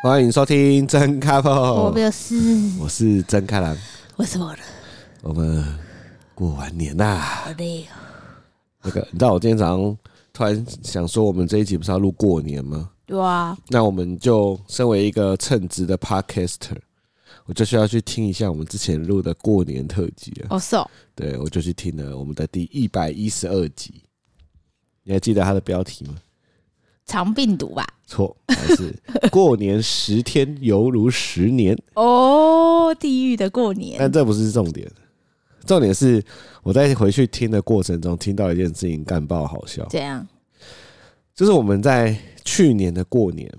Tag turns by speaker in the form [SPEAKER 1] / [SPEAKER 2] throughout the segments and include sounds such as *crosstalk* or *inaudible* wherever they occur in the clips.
[SPEAKER 1] 欢迎收听真开
[SPEAKER 2] 我
[SPEAKER 1] 炮，
[SPEAKER 2] 没有事，
[SPEAKER 1] 我是真开朗。
[SPEAKER 2] 为什么呢？
[SPEAKER 1] 我们过完年啦、
[SPEAKER 2] 好累哦。
[SPEAKER 1] 那个你知道我今天早上突然想说，我们这一集不是要录过年吗？
[SPEAKER 2] 对啊，
[SPEAKER 1] 那我们就身为一个称职的 podcaster，我就需要去听一下我们之前录的过年特辑了。
[SPEAKER 2] 哦是哦，
[SPEAKER 1] 对，我就去听了我们的第一百一十二集。你还记得它的标题吗？
[SPEAKER 2] 肠病毒吧？
[SPEAKER 1] 错，还是 *laughs* 过年十天犹如十年。
[SPEAKER 2] 哦，地狱的过
[SPEAKER 1] 但
[SPEAKER 2] 年，
[SPEAKER 1] 这不是重点，重点是我在回去听的过程中听到一件事情，干爆好笑。
[SPEAKER 2] 这样
[SPEAKER 1] 就是我们在去年的过年，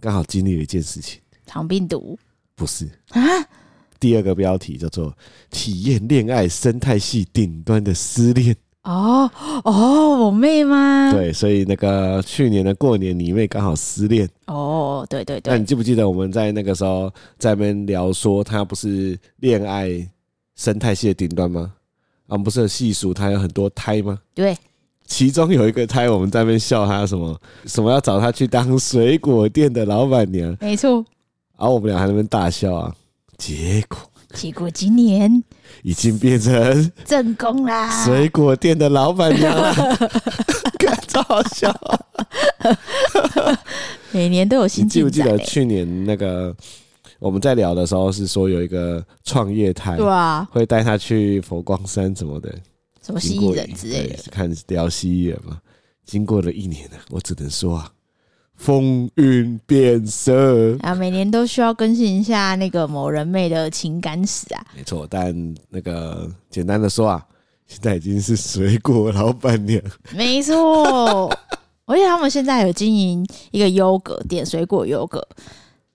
[SPEAKER 1] 刚好经历了一件事情，
[SPEAKER 2] 肠病毒
[SPEAKER 1] 不是
[SPEAKER 2] 啊？
[SPEAKER 1] 第二个标题叫做“体验恋爱生态系顶端的失恋
[SPEAKER 2] 哦哦，我妹”。吗？，
[SPEAKER 1] 对，所以那个去年的过年，你妹刚好失恋。
[SPEAKER 2] 哦，对对
[SPEAKER 1] 那
[SPEAKER 2] 对
[SPEAKER 1] 你，记不记得我们在那个时候在那边聊说，她不是恋爱生态系的顶端吗？啊，我们不是有细数她有很多胎吗？
[SPEAKER 2] 对，
[SPEAKER 1] 其中有一个胎，我们在那边笑她什么什么要找她去当水果店的老板娘，
[SPEAKER 2] 没错。
[SPEAKER 1] 然后我们俩还在那边大笑啊。结果
[SPEAKER 2] 结果今年
[SPEAKER 1] 已经变成
[SPEAKER 2] 正宫啦，
[SPEAKER 1] 水果店的老板娘
[SPEAKER 2] *laughs*
[SPEAKER 1] 了，看超好笑啊、
[SPEAKER 2] 每年都有
[SPEAKER 1] 你
[SPEAKER 2] 新
[SPEAKER 1] 记
[SPEAKER 2] 进
[SPEAKER 1] 不记
[SPEAKER 2] 展
[SPEAKER 1] 得
[SPEAKER 2] 欸。
[SPEAKER 1] 去年那个我们在聊的时候是说有一个创业胎，
[SPEAKER 2] 对啊，
[SPEAKER 1] 会带他去佛光山什么的，
[SPEAKER 2] 什么
[SPEAKER 1] 经
[SPEAKER 2] 蜥
[SPEAKER 1] 过
[SPEAKER 2] 蜴人之类的，
[SPEAKER 1] 对看聊蜥蜴人嘛。经过了一年呢，我只能说啊，风云变色。
[SPEAKER 2] 啊，每年都需要更新一下那个某人妹的情感史啊。
[SPEAKER 1] 没错，但那个简单的说啊，现在已经是水果老板娘，
[SPEAKER 2] *laughs* 没错，而且他们现在有经营一个优格店，水果优格。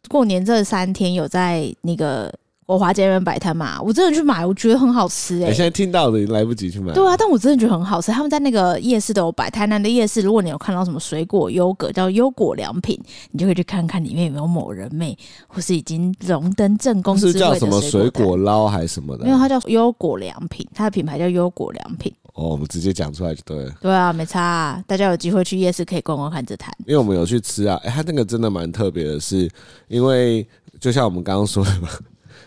[SPEAKER 2] 过年这三天有在那个国华街那边摆摊嘛，我真的去买，我觉得很好吃
[SPEAKER 1] 你、
[SPEAKER 2] 哎、
[SPEAKER 1] 现在听到的你来不及去买。
[SPEAKER 2] 对啊，但我真的觉得很好吃。他们在那个夜市都有摆，台南的夜市，如果你有看到什么水果优格叫优果良品，你就可以去看看里面有没有某人妹，或是已经荣登正宫
[SPEAKER 1] 不
[SPEAKER 2] 之
[SPEAKER 1] 是
[SPEAKER 2] 位
[SPEAKER 1] 叫
[SPEAKER 2] 的
[SPEAKER 1] 什么水
[SPEAKER 2] 水果
[SPEAKER 1] 果捞还是什么
[SPEAKER 2] 摊。没有，
[SPEAKER 1] 的？
[SPEAKER 2] 它叫优果良品，它的品牌叫优果良品。
[SPEAKER 1] 哦，我们直接讲出来就对了，
[SPEAKER 2] 对啊，没差、啊，大家有机会去夜市可以逛逛看这摊。
[SPEAKER 1] 因为我们有去吃啊。哎、它那个真的蛮特别的是，因为就像我们刚刚说的嘛，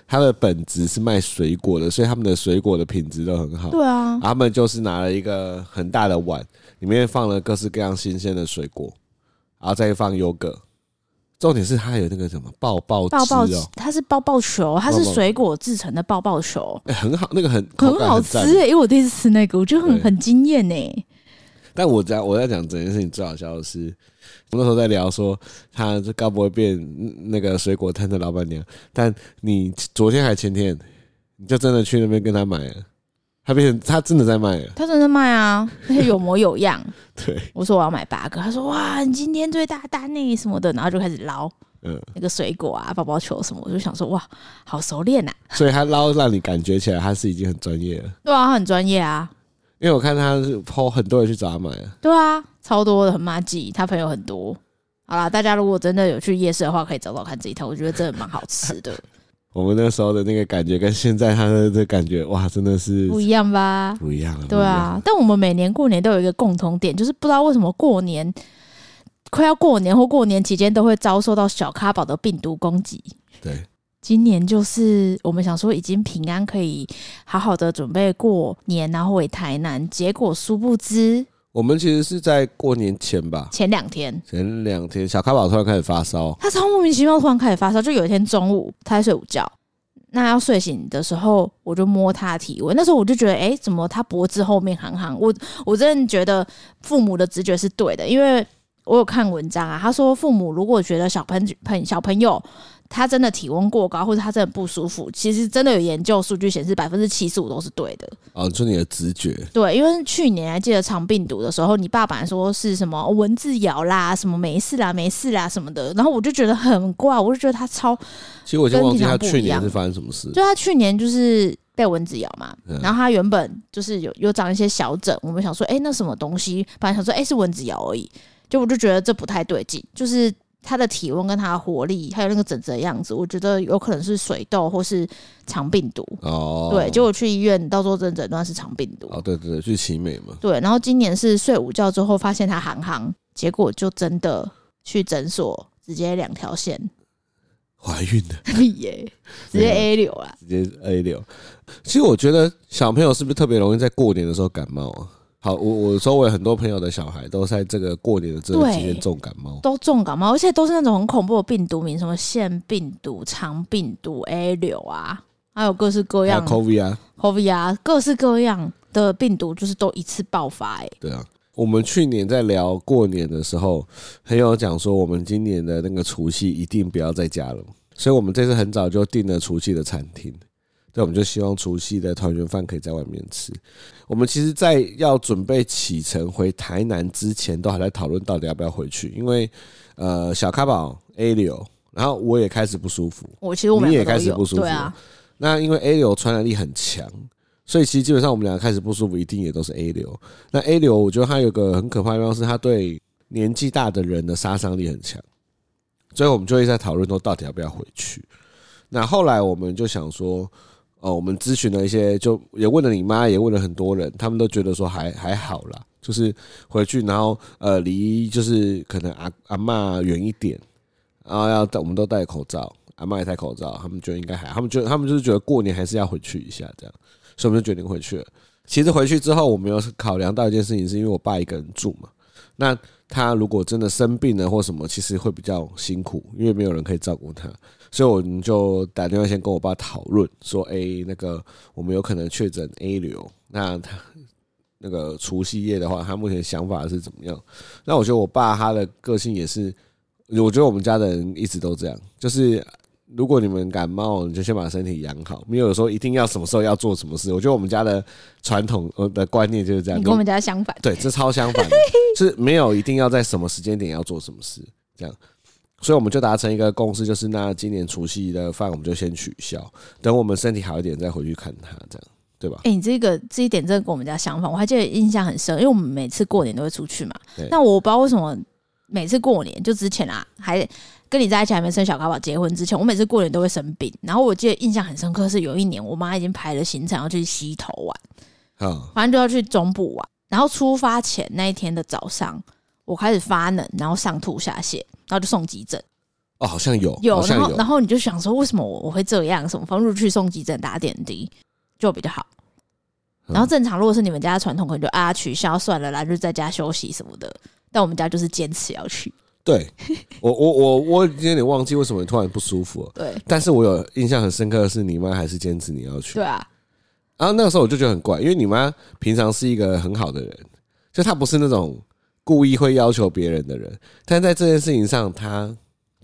[SPEAKER 1] 它的本质是卖水果的，所以他们的水果的品质都很好。
[SPEAKER 2] 对啊，
[SPEAKER 1] 他们就是拿了一个很大的碗，里面放了各式各样新鲜的水果，然后再放优格。重点是它有那个什么爆爆汁
[SPEAKER 2] 抱抱
[SPEAKER 1] 哦、，
[SPEAKER 2] 它是抱抱球，它是
[SPEAKER 1] 抱抱
[SPEAKER 2] 水果制成的抱抱球，
[SPEAKER 1] 哎很好，那个很口
[SPEAKER 2] 很
[SPEAKER 1] 感
[SPEAKER 2] 好
[SPEAKER 1] 很欸
[SPEAKER 2] 吃欸
[SPEAKER 1] 赞。
[SPEAKER 2] 诶、因为我第一次吃那个，我觉得很
[SPEAKER 1] 对
[SPEAKER 2] 很惊艳欸诶。
[SPEAKER 1] 但我在我在讲整件事情最好笑的是，我那时候在聊说，他这该不会变嗯那个水果摊的老板娘？但你昨天还前天，你就真的去那边跟他买了，他变成他真的在卖了，
[SPEAKER 2] 他真的卖啊，而且有模有样。 *laughs*
[SPEAKER 1] 对，
[SPEAKER 2] 我说我要买八个，他说哇，你今天最大单那什么的，然后就开始捞
[SPEAKER 1] 嗯，
[SPEAKER 2] 那个水果啊、抱抱球什么，我就想说哇，好熟练呐、啊，
[SPEAKER 1] 所以他捞让你感觉起来他是已经很专业了。
[SPEAKER 2] 对啊，他很专业啊，
[SPEAKER 1] 因为我看他是抛很多人去找他买啊，
[SPEAKER 2] 对啊，超多的很麻吉，他朋友很多。好啦，大家如果真的有去夜市的话，可以找找看这一摊，我觉得真的蛮好吃的，
[SPEAKER 1] 我们那时候的那个感觉跟现在他的这感觉，哇，真的 *laughs* 是
[SPEAKER 2] 不一样吧？
[SPEAKER 1] 不一样了。
[SPEAKER 2] 对啊，但我们每年过年都有一个共同点，就是不知道为什么过年快要过年或过年期间都会遭受到小咖宝的病毒攻击。
[SPEAKER 1] 不一样，
[SPEAKER 2] 今年就是我们想说已经平安可以好好的准备过年，然后回台南，结果殊不知
[SPEAKER 1] 对我们其实是在过年前吧，
[SPEAKER 2] 前两天。
[SPEAKER 1] 前两天小咖宝突然开始发烧，
[SPEAKER 2] 他超莫名其妙，突然开始发烧。就有一天中午，他在睡午觉，那要睡醒的时候，我就摸他的体温。那时候我就觉得，哎、怎么他脖子后面行行？我我真的觉得父母的直觉是对的，因为我有看文章啊，他说父母如果觉得小朋朋小朋友他真的体温过高，或者他真的不舒服，其实真的有研究数据显示，百分之七十五都是对的。
[SPEAKER 1] 哦，就你的直觉，
[SPEAKER 2] 对，因为去年还记得肠病毒的时候，你爸爸说是什么哦蚊子咬啦，什么没事啦，没事啦什么的，然后我就觉得很怪，我就觉得他超，
[SPEAKER 1] 其实我已经
[SPEAKER 2] 跟
[SPEAKER 1] 忘记
[SPEAKER 2] 平
[SPEAKER 1] 他
[SPEAKER 2] 常不
[SPEAKER 1] 去
[SPEAKER 2] 一
[SPEAKER 1] 年
[SPEAKER 2] 样
[SPEAKER 1] 是发生什么事。
[SPEAKER 2] 就他去年就是被蚊子咬嘛，
[SPEAKER 1] 嗯
[SPEAKER 2] 然后他原本就是有有长一些小疹，我们想说，哎、那什么东西？本来想说，哎、是蚊子咬而已，就我就觉得这不太对劲，就是他的体温跟他的活力，还有那个疹子的样子，我觉得有可能是水痘或是肠病毒。
[SPEAKER 1] 哦，
[SPEAKER 2] 对，结果去医院，到时候真的诊断是肠病毒。
[SPEAKER 1] 哦，对对对，去奇美嘛，
[SPEAKER 2] 对，然后今年是睡午觉之后发现他行行，结果就真的去诊所直接两条线，
[SPEAKER 1] *laughs* 怀孕的
[SPEAKER 2] 屁耶、
[SPEAKER 1] 嗯
[SPEAKER 2] 直接 A 流啊啦。
[SPEAKER 1] 直接 A 流。其实我觉得小朋友是不是特别容易在过年的时候感冒啊？好，我我周围很多朋友的小孩都在这个过年的这个期间
[SPEAKER 2] 对
[SPEAKER 1] 重感冒。
[SPEAKER 2] 都重感冒，而且都是那种很恐怖的病毒名，什么腺病毒、肠病毒、A 流啊，还有各式各
[SPEAKER 1] 还有
[SPEAKER 2] 样
[SPEAKER 1] COVID 啊，
[SPEAKER 2] COVID 啊，各式各样的病毒，就是都一次爆发、欸。
[SPEAKER 1] 对啊，我们去年在聊过年的时候，很有讲说我们今年的那个除夕一定不要在家了，所以我们这次很早就订了除夕的餐厅。对，我们就希望除夕的团圆饭可以在外面吃。我们其实，在要准备启程回台南之前，都还在讨论到底要不要回去，因为呃，小咖宝 A 流，然后我也开始不舒服，
[SPEAKER 2] 我其实我们
[SPEAKER 1] 你
[SPEAKER 2] 两
[SPEAKER 1] 也
[SPEAKER 2] 个
[SPEAKER 1] 开
[SPEAKER 2] 都
[SPEAKER 1] 始
[SPEAKER 2] 有，
[SPEAKER 1] 不舒服
[SPEAKER 2] 对啊，
[SPEAKER 1] 那因为 A 流传染力很强，所以其实基本上我们两个开始不舒服，一定也都是 A 流。那 A 流，我觉得它有个很可怕的地方是，它对年纪大的人的杀伤力很强，所以我们就会在讨论说到底要不要回去。那后来我们就想说，哦，我们咨询了一些，就也问了你妈，也问了很多人，他们都觉得说还还好啦，就是回去，然后呃离就是可能阿阿嬷远一点，然后啊要戴我们都戴口罩，阿嬷也戴口罩，他们就应该还好，他们就他们就是觉得过年还是要回去一下这样，所以我们就决定回去了。其实回去之后，我们有考量到一件事情，是因为我爸一个人住嘛，那他如果真的生病了或什么，其实会比较辛苦，因为没有人可以照顾他，所以我们就打电话先跟我爸讨论说，哎、那个我们有可能确诊 A 流，那他。那个除夕夜的话，他目前想法是怎么样？那我觉得我爸他的个性也是，我觉得我们家的人一直都这样，就是如果你们感冒，你就先把身体养好，没有说一定要什么时候要做什么事。我觉得我们家的传统呃的观念就是这样，
[SPEAKER 2] 你跟我们家相反。
[SPEAKER 1] 对，这超相
[SPEAKER 2] *laughs*
[SPEAKER 1] 反的，是没有一定要在什么时间点要做什么事，这样。所以我们就达成一个共识，就是那今年除夕的饭我们就先取消，等我们身体好一点再回去看他，这样对吧？
[SPEAKER 2] 哎、你这个这一点真的跟我们家相反，我还记得印象很深，因为我们每次过年都会出去嘛
[SPEAKER 1] 对。
[SPEAKER 2] 那我不知道为什么每次过年就之前啊，还跟你在一起还没生小咖宝结婚之前，我每次过年都会生病。然后我记得印象很深刻是有一年，我妈已经排了行程要去溪头玩，
[SPEAKER 1] 啊，
[SPEAKER 2] 反正就要去中部玩。然后出发前那一天的早上，我开始发冷，然后上吐下泻，然后就送急诊。
[SPEAKER 1] 哦，好像有，
[SPEAKER 2] 有，
[SPEAKER 1] 好像
[SPEAKER 2] 然后
[SPEAKER 1] 有
[SPEAKER 2] 然，后你就想说，为什么我我会这样？什么方入去送急诊打点滴就比较好。
[SPEAKER 1] 嗯
[SPEAKER 2] 然后正常，如果是你们家的传统，可能就啊取消算了啦，就在家休息什么的。但我们家就是坚持要去，
[SPEAKER 1] 对我我我我已经有点忘记为什么你突然不舒服了，
[SPEAKER 2] 对
[SPEAKER 1] 但是我有印象很深刻的是，你妈还是坚持你要去，
[SPEAKER 2] 对啊，
[SPEAKER 1] 然后那个时候我就觉得很怪，因为你妈平常是一个很好的人，就她不是那种故意会要求别人的人，但在这件事情上，她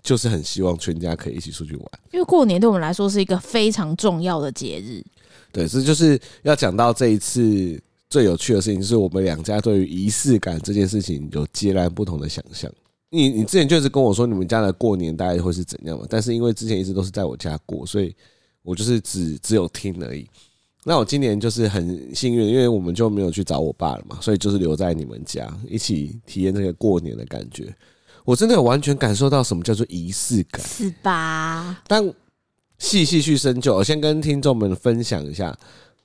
[SPEAKER 1] 就是很希望全家可以一起出去玩。
[SPEAKER 2] 因为过年对我们来说是一个非常重要的节
[SPEAKER 1] *laughs*
[SPEAKER 2] 日。
[SPEAKER 1] 对，这就是要讲到这一次最有趣的事情，就是我们两家对于仪式感这件事情有截然不同的想象。你你之前就是跟我说你们家的过年大概会是怎样嘛，但是因为之前一直都是在我家过，所以我就是只只有听而已。那我今年就是很幸运，因为我们就没有去找我爸了嘛，所以就是留在你们家一起体验这个过年的感觉。我真的有完全感受到什么叫做仪式感。
[SPEAKER 2] 是吧？
[SPEAKER 1] 但细细去深究，我先跟听众们分享一下，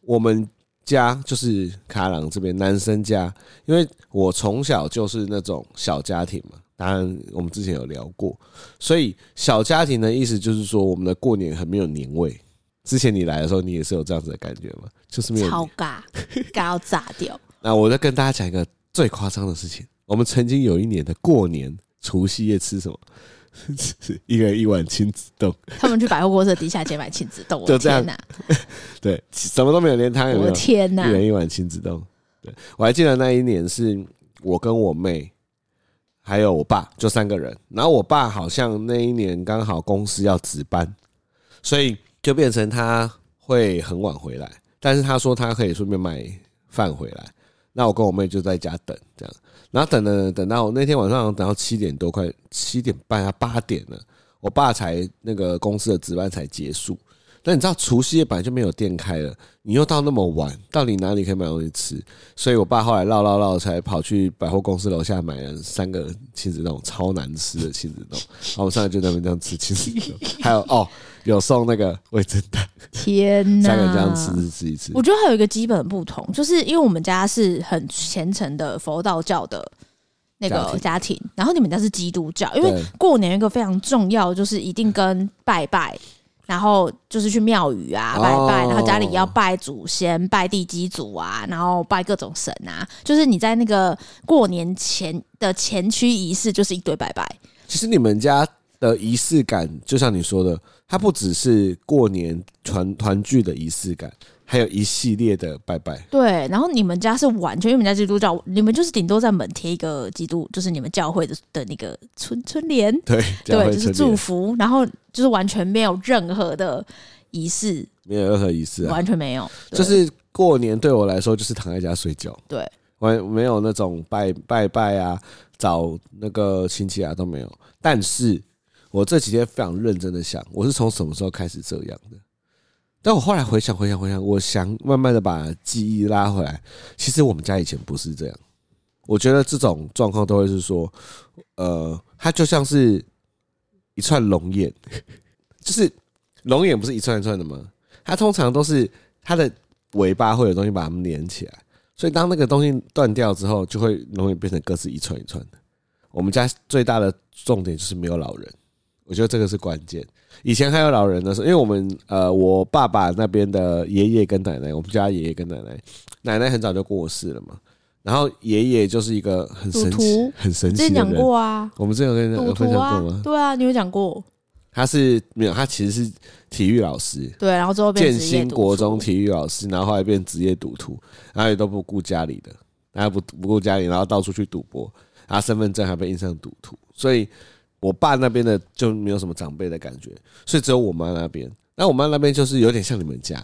[SPEAKER 1] 我们家就是卡朗这边男生家，因为我从小就是那种小家庭嘛，当然我们之前有聊过，所以小家庭的意思就是说，我们的过年很没有年味。之前你来的时候，你也是有这样子的感觉吗？就是没有
[SPEAKER 2] 超
[SPEAKER 1] *laughs*
[SPEAKER 2] 尬，尬要炸掉！
[SPEAKER 1] 那我再跟大家讲一个最夸张的事情。我们曾经有一年的过年除夕夜吃什么？ *laughs* 吃一人一碗亲子冻，
[SPEAKER 2] 他们去百货公司的地下街买亲子冻，我
[SPEAKER 1] 就
[SPEAKER 2] 的
[SPEAKER 1] 这样
[SPEAKER 2] 天哪、
[SPEAKER 1] 对，什么都没有，连汤也
[SPEAKER 2] 我
[SPEAKER 1] 没
[SPEAKER 2] 的啊
[SPEAKER 1] 有。
[SPEAKER 2] 天哪、
[SPEAKER 1] 一人一碗亲子冻。对我还记得那一年是我跟我妹，还有我爸，就三个人。然后我爸好像那一年刚好公司要值班，所以就变成他会很晚回来，但是他说他可以顺便买饭回来。那我跟我妹就在家等这样，然后等了等到那天晚上等到七点多，快七点半啊八点了，我爸才那个公司的值班才结束。那你知道除夕夜本来就没有店开了，你又到那么晚，到底哪里可以买东西吃？所以我爸后来绕绕绕，才跑去百货公司楼下买了三个亲子冻，超难吃的亲子冻。 *laughs* 然后我们上来就在那边这样吃亲子冻，还有哦，有送那个味噌
[SPEAKER 2] *laughs*
[SPEAKER 1] 蛋，
[SPEAKER 2] 天哪！
[SPEAKER 1] 三个人这样吃吃吃一吃
[SPEAKER 2] 我。觉得还有一个基本的不同，就是因为我们家是很虔诚的佛道教的那个
[SPEAKER 1] 家
[SPEAKER 2] 家庭
[SPEAKER 1] 庭，
[SPEAKER 2] 然后你们家是基督教，因为
[SPEAKER 1] 对
[SPEAKER 2] 过年有一个非常重要，就是一定跟拜拜。然后就是去庙宇啊拜拜，
[SPEAKER 1] 哦
[SPEAKER 2] 然后家里要拜祖先、拜地基祖啊，然后拜各种神啊。就是你在那个过年前的前驱仪式，就是一堆拜拜。
[SPEAKER 1] 其实你们家的仪式感，就像你说的，它不只是过年团团聚的仪式感，还有一系列的拜拜。
[SPEAKER 2] 对，然后你们家是完全，因为你们家基督教，你们就是顶多在门贴一个基督，就是你们教会的的那个春春联，
[SPEAKER 1] 对，这样
[SPEAKER 2] 对，
[SPEAKER 1] 会
[SPEAKER 2] 就是
[SPEAKER 1] 成
[SPEAKER 2] 祝
[SPEAKER 1] 年
[SPEAKER 2] 福，然后就是完全没有任何的仪式，
[SPEAKER 1] 没有任何仪式啊，
[SPEAKER 2] 完全没有，对
[SPEAKER 1] 就是过年对我来说就是躺在家睡觉，
[SPEAKER 2] 对，
[SPEAKER 1] 完没有那种拜拜拜啊，找那个亲戚啊都没有。但是我这几天非常认真的想，我是从什么时候开始这样的？但我后来回想回想回想，我想慢慢的把记忆拉回来。其实我们家以前不是这样，我觉得这种状况都会是说，呃，它就像是一串龙眼，就是龙眼不是一串一串的吗？它通常都是它的尾巴会有东西把它们连起来，所以当那个东西断掉之后，就会容易变成各自一串一串的。我们家最大的重点就是没有老人，我觉得这个是关键。以前还有老人的时候，因为我们呃，我爸爸那边的爷爷跟奶奶，我们家爷爷跟奶奶，奶奶很早就过世了嘛，然后爷爷就是一个很神
[SPEAKER 2] 赌
[SPEAKER 1] 奇
[SPEAKER 2] 徒、
[SPEAKER 1] 很神
[SPEAKER 2] 之前
[SPEAKER 1] 奇的
[SPEAKER 2] 讲
[SPEAKER 1] 人。
[SPEAKER 2] 过啊，
[SPEAKER 1] 我们之前有跟你讲
[SPEAKER 2] 赌
[SPEAKER 1] 有分
[SPEAKER 2] 徒
[SPEAKER 1] 享
[SPEAKER 2] 啊
[SPEAKER 1] 过吗，？
[SPEAKER 2] 对啊，你有讲过，
[SPEAKER 1] 他是没有，他其实是体育老师，
[SPEAKER 2] 对，啊然后之后变
[SPEAKER 1] 建
[SPEAKER 2] 职业
[SPEAKER 1] 新
[SPEAKER 2] 赌
[SPEAKER 1] 国
[SPEAKER 2] 徒
[SPEAKER 1] 中体育老师，然后后来变职业赌徒，然后也都不顾家里的，然后不不顾家里，然后到处去赌博，然后身份证还被印上赌徒，所以我爸那边的就没有什么长辈的感觉，所以只有我妈那边。那我妈那边就是有点像你们家，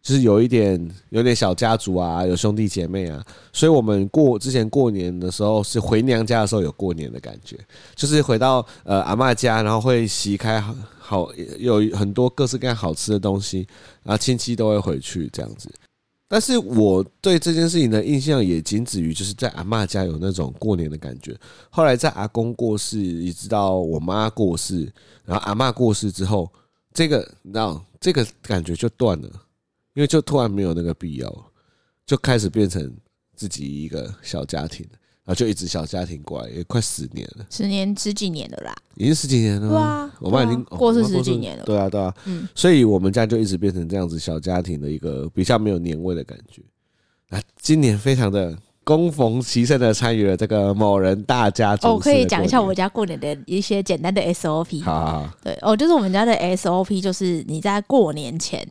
[SPEAKER 1] 就是有一点有点小家族啊，有兄弟姐妹啊，所以我们过之前过年的时候是回娘家的时候有过年的感觉，就是回到呃阿嬷家，然后会席开好好有很多各式各样好吃的东西，然后亲戚都会回去这样子。但是我对这件事情的印象也仅止于就是在阿嬷家有那种过年的感觉。后来在阿公过世，一直到我妈过世，然后阿嬷过世之后，这个你知道这个感觉就断了，因为就突然没有那个必要了，就开始变成自己一个小家庭，然后就一直小家庭过来，也快十年了，
[SPEAKER 2] 十年十几年的啦，
[SPEAKER 1] 已经十几年了吗。
[SPEAKER 2] 对啊
[SPEAKER 1] 我妈已
[SPEAKER 2] 对啊
[SPEAKER 1] 经、哦
[SPEAKER 2] 过世
[SPEAKER 1] 我妈
[SPEAKER 2] 十几年了
[SPEAKER 1] 对啊，对啊，
[SPEAKER 2] 嗯，
[SPEAKER 1] 所以我们家就一直变成这样子小家庭的一个比较没有年味的感觉。啊，今年非常的恭逢其盛的参与了这个某人大家族式的
[SPEAKER 2] 哦，
[SPEAKER 1] 过年。
[SPEAKER 2] 我可以讲一下我家过年的一些简单的 SOP。
[SPEAKER 1] 好好好
[SPEAKER 2] 对哦，就是我们家的 SOP，就是你在过年前，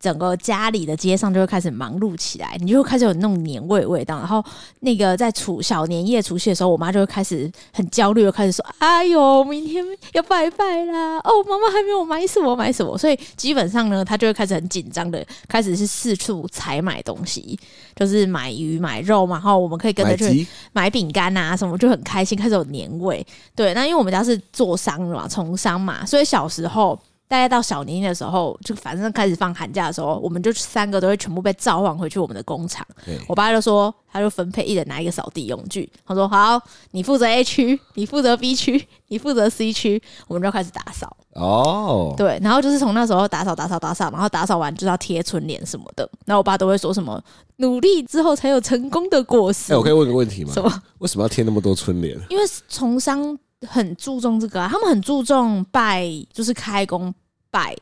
[SPEAKER 2] 整个家里的街上就会开始忙碌起来，你就会开始有那种年味味道。然后那个在除小年夜、除夕的时候，我妈就会开始很焦虑，就开始说：“哎呦，明天要拜拜啦！哦，妈妈还没有买什么买什么。”所以基本上呢，她就会开始很紧张的，开始是四处采买东西，就是买鱼、买肉嘛。然后我们可以跟着
[SPEAKER 1] 买
[SPEAKER 2] 去
[SPEAKER 1] 鸡
[SPEAKER 2] 买饼干啊什么，就很开心，开始有年味。对，那因为我们家是做商嘛，从商嘛，所以小时候。大概到小年夜的时候，就反正开始放寒假的时候，我们就三个都会全部被召唤回去我们的工厂
[SPEAKER 1] 对。
[SPEAKER 2] 我爸就说，他就分配一人拿一个扫地用具。他说：“好，你负责 A 区，你负责 B 区，你负责 C 区。”我们就开始打扫。
[SPEAKER 1] 哦，
[SPEAKER 2] 对，然后就是从那时候打扫打扫打扫，然后打扫完就要贴春联什么的。然后我爸都会说什么“努力之后才有成功的果
[SPEAKER 1] 哎、
[SPEAKER 2] 实”
[SPEAKER 1] 我可以问个问题吗
[SPEAKER 2] *laughs* 什？么，
[SPEAKER 1] 为什么要贴那么多春联？
[SPEAKER 2] 因为从商很注重这个、啊，他们很注重拜，就是开工拜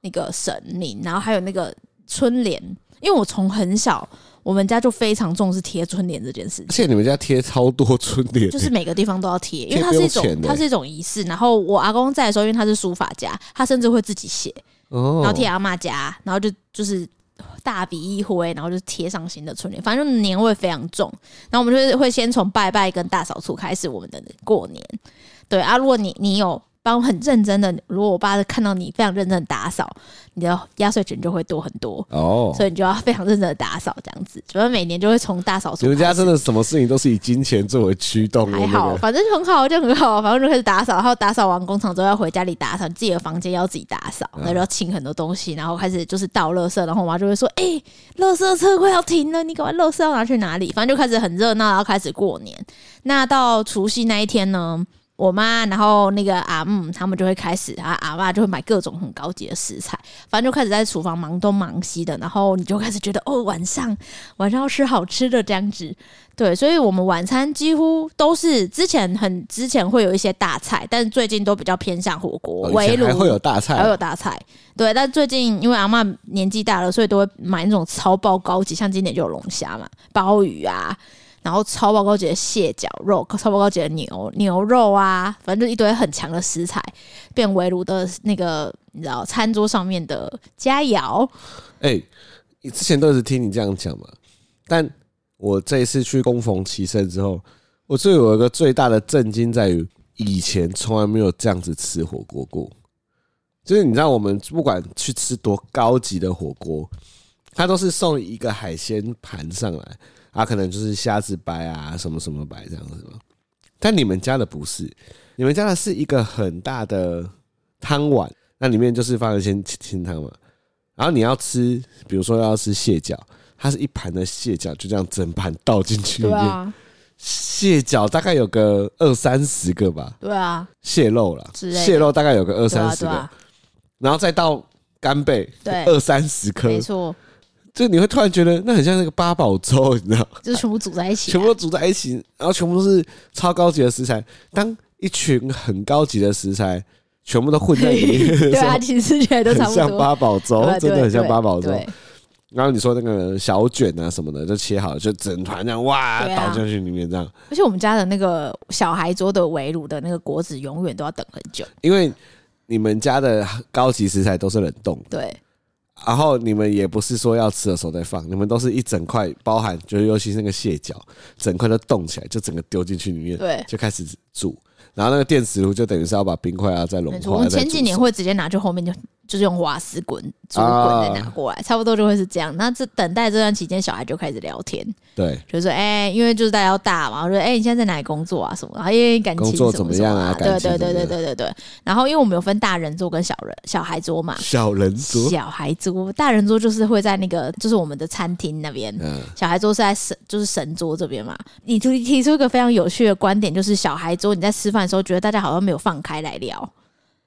[SPEAKER 2] 那个神明，然后还有那个春联。因为我从很小，我们家就非常重视贴春联这件事情
[SPEAKER 1] 而。且你们家贴超多春联，
[SPEAKER 2] 就是每个地方都要贴，因为
[SPEAKER 1] 贴
[SPEAKER 2] 它
[SPEAKER 1] 不
[SPEAKER 2] 是一
[SPEAKER 1] 用钱
[SPEAKER 2] 种
[SPEAKER 1] 的
[SPEAKER 2] 它是一种仪式。然后我阿公在的时候，因为他是书法家，他甚至会自己写，
[SPEAKER 1] 哦
[SPEAKER 2] 然后贴阿嬷家，然后就就是大笔一挥，然后就贴上新的春联，反正就年味非常重。然后我们就是会先从拜拜跟大扫除开始我们的过年。对啊，如果你你有帮很认真的，如果我爸看到你非常认真地打扫，你的压岁钱就会多很多。
[SPEAKER 1] 哦，
[SPEAKER 2] 所以你就要非常认真的打扫，这样子，反正每年就会从大扫除开始。
[SPEAKER 1] 你们家真的什么事情都是以金钱作为驱动的
[SPEAKER 2] 还好，
[SPEAKER 1] 那个
[SPEAKER 2] 反正很好，就很好，反正就开始打扫，然后打扫完工厂之后要回家里打扫，自己的房间要自己打扫，然后就要清很多东西，然后开始就是倒垃圾，然后我妈就会说：“哎、垃圾车快要停了，你赶快垃圾要拿去哪里？”反正就开始很热闹，然后开始过年。那到除夕那一天呢？我妈，然后那个阿姆他们就会开始，啊阿妈就会买各种很高级的食材，反正就开始在厨房忙东忙西的，然后你就开始觉得哦，晚上 *laughs* 晚上要吃好吃的这样子，对，所以我们晚餐几乎都是之前很之前会有一些大菜，但是最近都比较偏向火锅、
[SPEAKER 1] 哦以
[SPEAKER 2] 围
[SPEAKER 1] 前
[SPEAKER 2] 炉，
[SPEAKER 1] 还会有大菜
[SPEAKER 2] 还有大菜。对，但最近因为阿嬷年纪大了，所以都会买那种超爆高级，像今年就有龙虾嘛、鲍鱼啊，然后超爆高级的蟹脚肉、超爆高级的牛牛肉啊，反正就一堆很强的食材，变围炉的那个你知道餐桌上面的佳肴。
[SPEAKER 1] 哎、你之前都是听你这样讲嘛，但我这一次去供逢其盛之后，我最有一个最大的震惊在于，以前从来没有这样子吃火锅过。就是你知道，我们不管去吃多高级的火锅，它都是送一个海鲜盘上来，啊，可能就是虾子白啊，什么什么白这样子嘛。但你们家的不是，你们家的是一个很大的汤碗，那里面就是放了鲜清清汤嘛。然后你要吃，比如说要吃蟹脚，它是一盘的蟹脚，就这样整盘倒进去里面。，
[SPEAKER 2] 啊
[SPEAKER 1] 蟹脚大概有个二三十个吧，
[SPEAKER 2] 对啊，
[SPEAKER 1] 蟹肉啦，
[SPEAKER 2] 之类的
[SPEAKER 1] 蟹肉大概有个二
[SPEAKER 2] 二
[SPEAKER 1] 三十个，
[SPEAKER 2] 对啊，
[SPEAKER 1] 然后再到干贝，
[SPEAKER 2] 对
[SPEAKER 1] 二三十颗
[SPEAKER 2] 没，错，
[SPEAKER 1] 就你会突然觉得那很像那个八宝粥，你知道，
[SPEAKER 2] *laughs* 就是全部组在一起啊、
[SPEAKER 1] 全部都煮在一起，然后全部都是超高级的食材。当一群很高级的食材全部都混在里面，*laughs*
[SPEAKER 2] *laughs* 对啊，，其实觉得都差
[SPEAKER 1] 很
[SPEAKER 2] 不
[SPEAKER 1] 像
[SPEAKER 2] 多。
[SPEAKER 1] 八宝粥
[SPEAKER 2] 对，啊
[SPEAKER 1] 真的
[SPEAKER 2] 对
[SPEAKER 1] 很像八宝粥
[SPEAKER 2] 对。对
[SPEAKER 1] 然后你说那个小卷啊什么的，就切好了，就整团这样哇
[SPEAKER 2] 对啊
[SPEAKER 1] 倒进去里面这样，
[SPEAKER 2] 而且我们家的那个小孩桌的围炉的那个锅子，永远都要等很久。
[SPEAKER 1] 因为你们家的高级食材都是冷冻，
[SPEAKER 2] 对，
[SPEAKER 1] 然后你们也不是说要吃的时候再放，你们都是一整块，包含就是尤其是那个蟹脚，整块都冻起来，就整个丢进去里面，
[SPEAKER 2] 对
[SPEAKER 1] 就开始煮。然后那个电磁炉就等于是要把冰块啊再融
[SPEAKER 2] 没错。我
[SPEAKER 1] 化。
[SPEAKER 2] 们
[SPEAKER 1] 再
[SPEAKER 2] 前
[SPEAKER 1] 煮
[SPEAKER 2] 几年
[SPEAKER 1] 熟
[SPEAKER 2] 会直接拿去后面就就是用瓦斯滚煮滚再拿过来，差不多就会是这样。那这等待这段期间，小孩就开始聊天，
[SPEAKER 1] 对
[SPEAKER 2] 就说：“哎、因为就是大家要大嘛，我说哎、你现在在哪里工作啊什么的？然后因为感情
[SPEAKER 1] 工作
[SPEAKER 2] 什么
[SPEAKER 1] 怎
[SPEAKER 2] 什
[SPEAKER 1] 么
[SPEAKER 2] 么
[SPEAKER 1] 样啊
[SPEAKER 2] 啊，
[SPEAKER 1] 感
[SPEAKER 2] 对
[SPEAKER 1] 情
[SPEAKER 2] 对
[SPEAKER 1] 怎么
[SPEAKER 2] 对对
[SPEAKER 1] 样
[SPEAKER 2] 对对对。然后因为我们有分大人桌跟小人小孩桌嘛，
[SPEAKER 1] 小人族，
[SPEAKER 2] 小孩桌大人桌就是会在那个就是我们的餐厅那边，
[SPEAKER 1] 嗯，
[SPEAKER 2] 小孩桌是在神，就是神桌这边嘛。你提提出一个非常有趣的观点，就是小孩桌你在吃饭的时候，觉得大家好像没有放开来聊，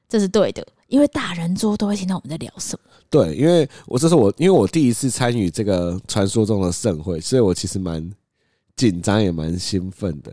[SPEAKER 2] 这是对的，因为大人桌都会听到我们在聊什么。
[SPEAKER 1] 对，因为我这是我因为我第一次参与这个传说中的盛会，所以我其实蛮紧张也蛮兴奋的。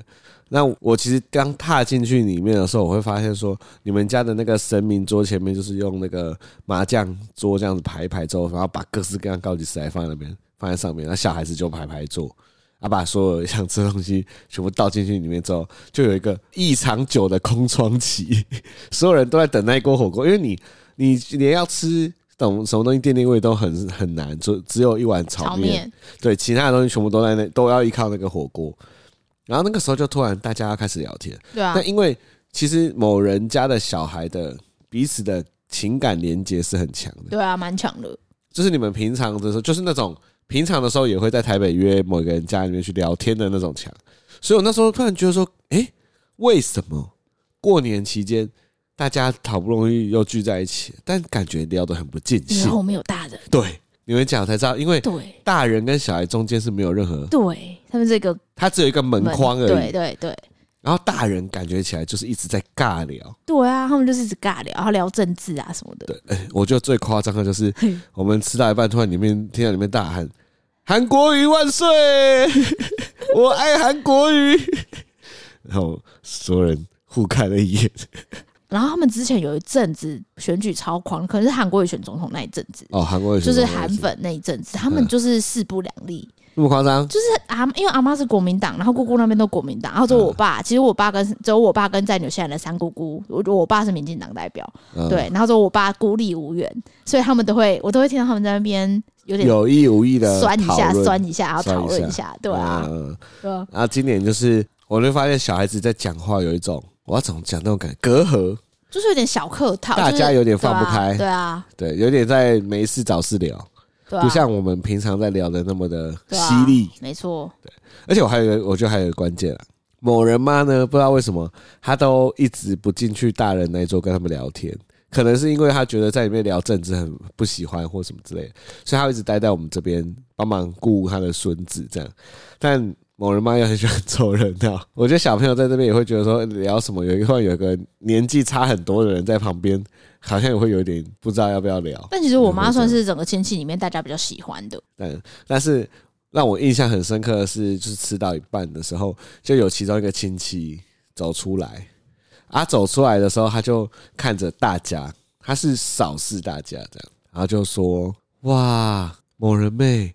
[SPEAKER 1] 那我其实刚踏进去里面的时候，我会发现说，你们家的那个神明桌前面就是用那个麻将桌这样子排一排之后，然后把各式各样高级食材放在那边，放在上面，那小孩子就排排坐，啊，把所有想吃的东西全部倒进去里面之后，就有一个异常久的空窗期， *laughs* 所有人都在等那一锅火锅，因为你你连要吃。懂什么东西垫垫胃都很很难，就只有一碗炒面，对，其他的东西全部都在那，都要依靠那个火锅。然后那个时候就突然大家要开始聊天，
[SPEAKER 2] 对啊
[SPEAKER 1] 那，因为其实某人家的小孩的彼此的情感连接是很强的，
[SPEAKER 2] 对啊，蛮强的。
[SPEAKER 1] 就是你们平常的时候，就是那种平常的时候也会在台北约某个人家里面去聊天的那种强。所以我那时候突然觉得说，诶，为什么过年期间大家好不容易又聚在一起，但感觉聊得很不尽
[SPEAKER 2] 因为
[SPEAKER 1] 兴？
[SPEAKER 2] 后面有大人，
[SPEAKER 1] 对，你们讲才知道，因为
[SPEAKER 2] 对
[SPEAKER 1] 大人跟小孩中间是没有任何，
[SPEAKER 2] 对，他们这个
[SPEAKER 1] 它只有一个门框而已。
[SPEAKER 2] 对对对
[SPEAKER 1] 然后大人感觉起来就是一直在尬聊。
[SPEAKER 2] 对啊，他们就是一直尬聊，然后聊政治啊什么的。
[SPEAKER 1] 我觉得最夸张的就是
[SPEAKER 2] *laughs* 嘿
[SPEAKER 1] 我们吃到一半，突然里面听到里面大喊“韩国瑜万岁， *laughs* 我爱韩国瑜”，然后所有人互看了一
[SPEAKER 2] *laughs*
[SPEAKER 1] 眼。
[SPEAKER 2] 然后他们之前有一阵子选举超狂，可能是韩国瑜选总统那一阵子，
[SPEAKER 1] 哦，韩国瑜
[SPEAKER 2] 就是
[SPEAKER 1] 选总统
[SPEAKER 2] 韩粉那一阵子，他们就是势不两立。
[SPEAKER 1] 那么夸张，
[SPEAKER 2] 就是阿，因为阿妈是国民党，然后姑姑那边都国民党，然后只有
[SPEAKER 1] 嗯
[SPEAKER 2] 我爸，其实我爸跟只有我爸跟在纽西兰的三姑姑，我我爸是民进党代表，
[SPEAKER 1] 嗯，
[SPEAKER 2] 对，然后只有我爸孤立无援，所以他们都会，我都会听到他们在那边有点
[SPEAKER 1] 有意无意的
[SPEAKER 2] 酸一下，
[SPEAKER 1] 讨论
[SPEAKER 2] 酸一下，然后
[SPEAKER 1] 酸
[SPEAKER 2] 讨论
[SPEAKER 1] 一
[SPEAKER 2] 一下，对啊，
[SPEAKER 1] 嗯
[SPEAKER 2] 对啊，
[SPEAKER 1] 然后今年就是我就发现小孩子在讲话有一种我要怎么讲那种感觉隔阂，
[SPEAKER 2] 就是有点小客套，
[SPEAKER 1] 大
[SPEAKER 2] 就是
[SPEAKER 1] 家有点放不开
[SPEAKER 2] 对啊，
[SPEAKER 1] 对，有点在没事找事聊，
[SPEAKER 2] 对啊，
[SPEAKER 1] 不像我们平常在聊的那么的
[SPEAKER 2] 对啊
[SPEAKER 1] 犀利。
[SPEAKER 2] 没错，
[SPEAKER 1] 而且我还有一个，我觉得还有一个关键啊，某人妈呢，不知道为什么她都一直不进去大人那一桌跟他们聊天，可能是因为她觉得在里面聊政治很不喜欢或什么之类的，所以她会一直待在我们这边帮忙顾她的孙子这样。但某人妈又很喜欢凑热闹，我觉得小朋友在这边也会觉得说聊什么，有一会有一个年纪差很多的人在旁边，好像也会有点不知道要不要聊。
[SPEAKER 2] 但其实我妈
[SPEAKER 1] 嗯
[SPEAKER 2] 算是整个亲戚里面大家比较喜欢的，
[SPEAKER 1] 但但是让我印象很深刻的是，就是吃到一半的时候，就有其中一个亲戚走出来，啊，走出来的时候，他就看着大家，他是扫视大家这样，然后就说：“哇，某人妹，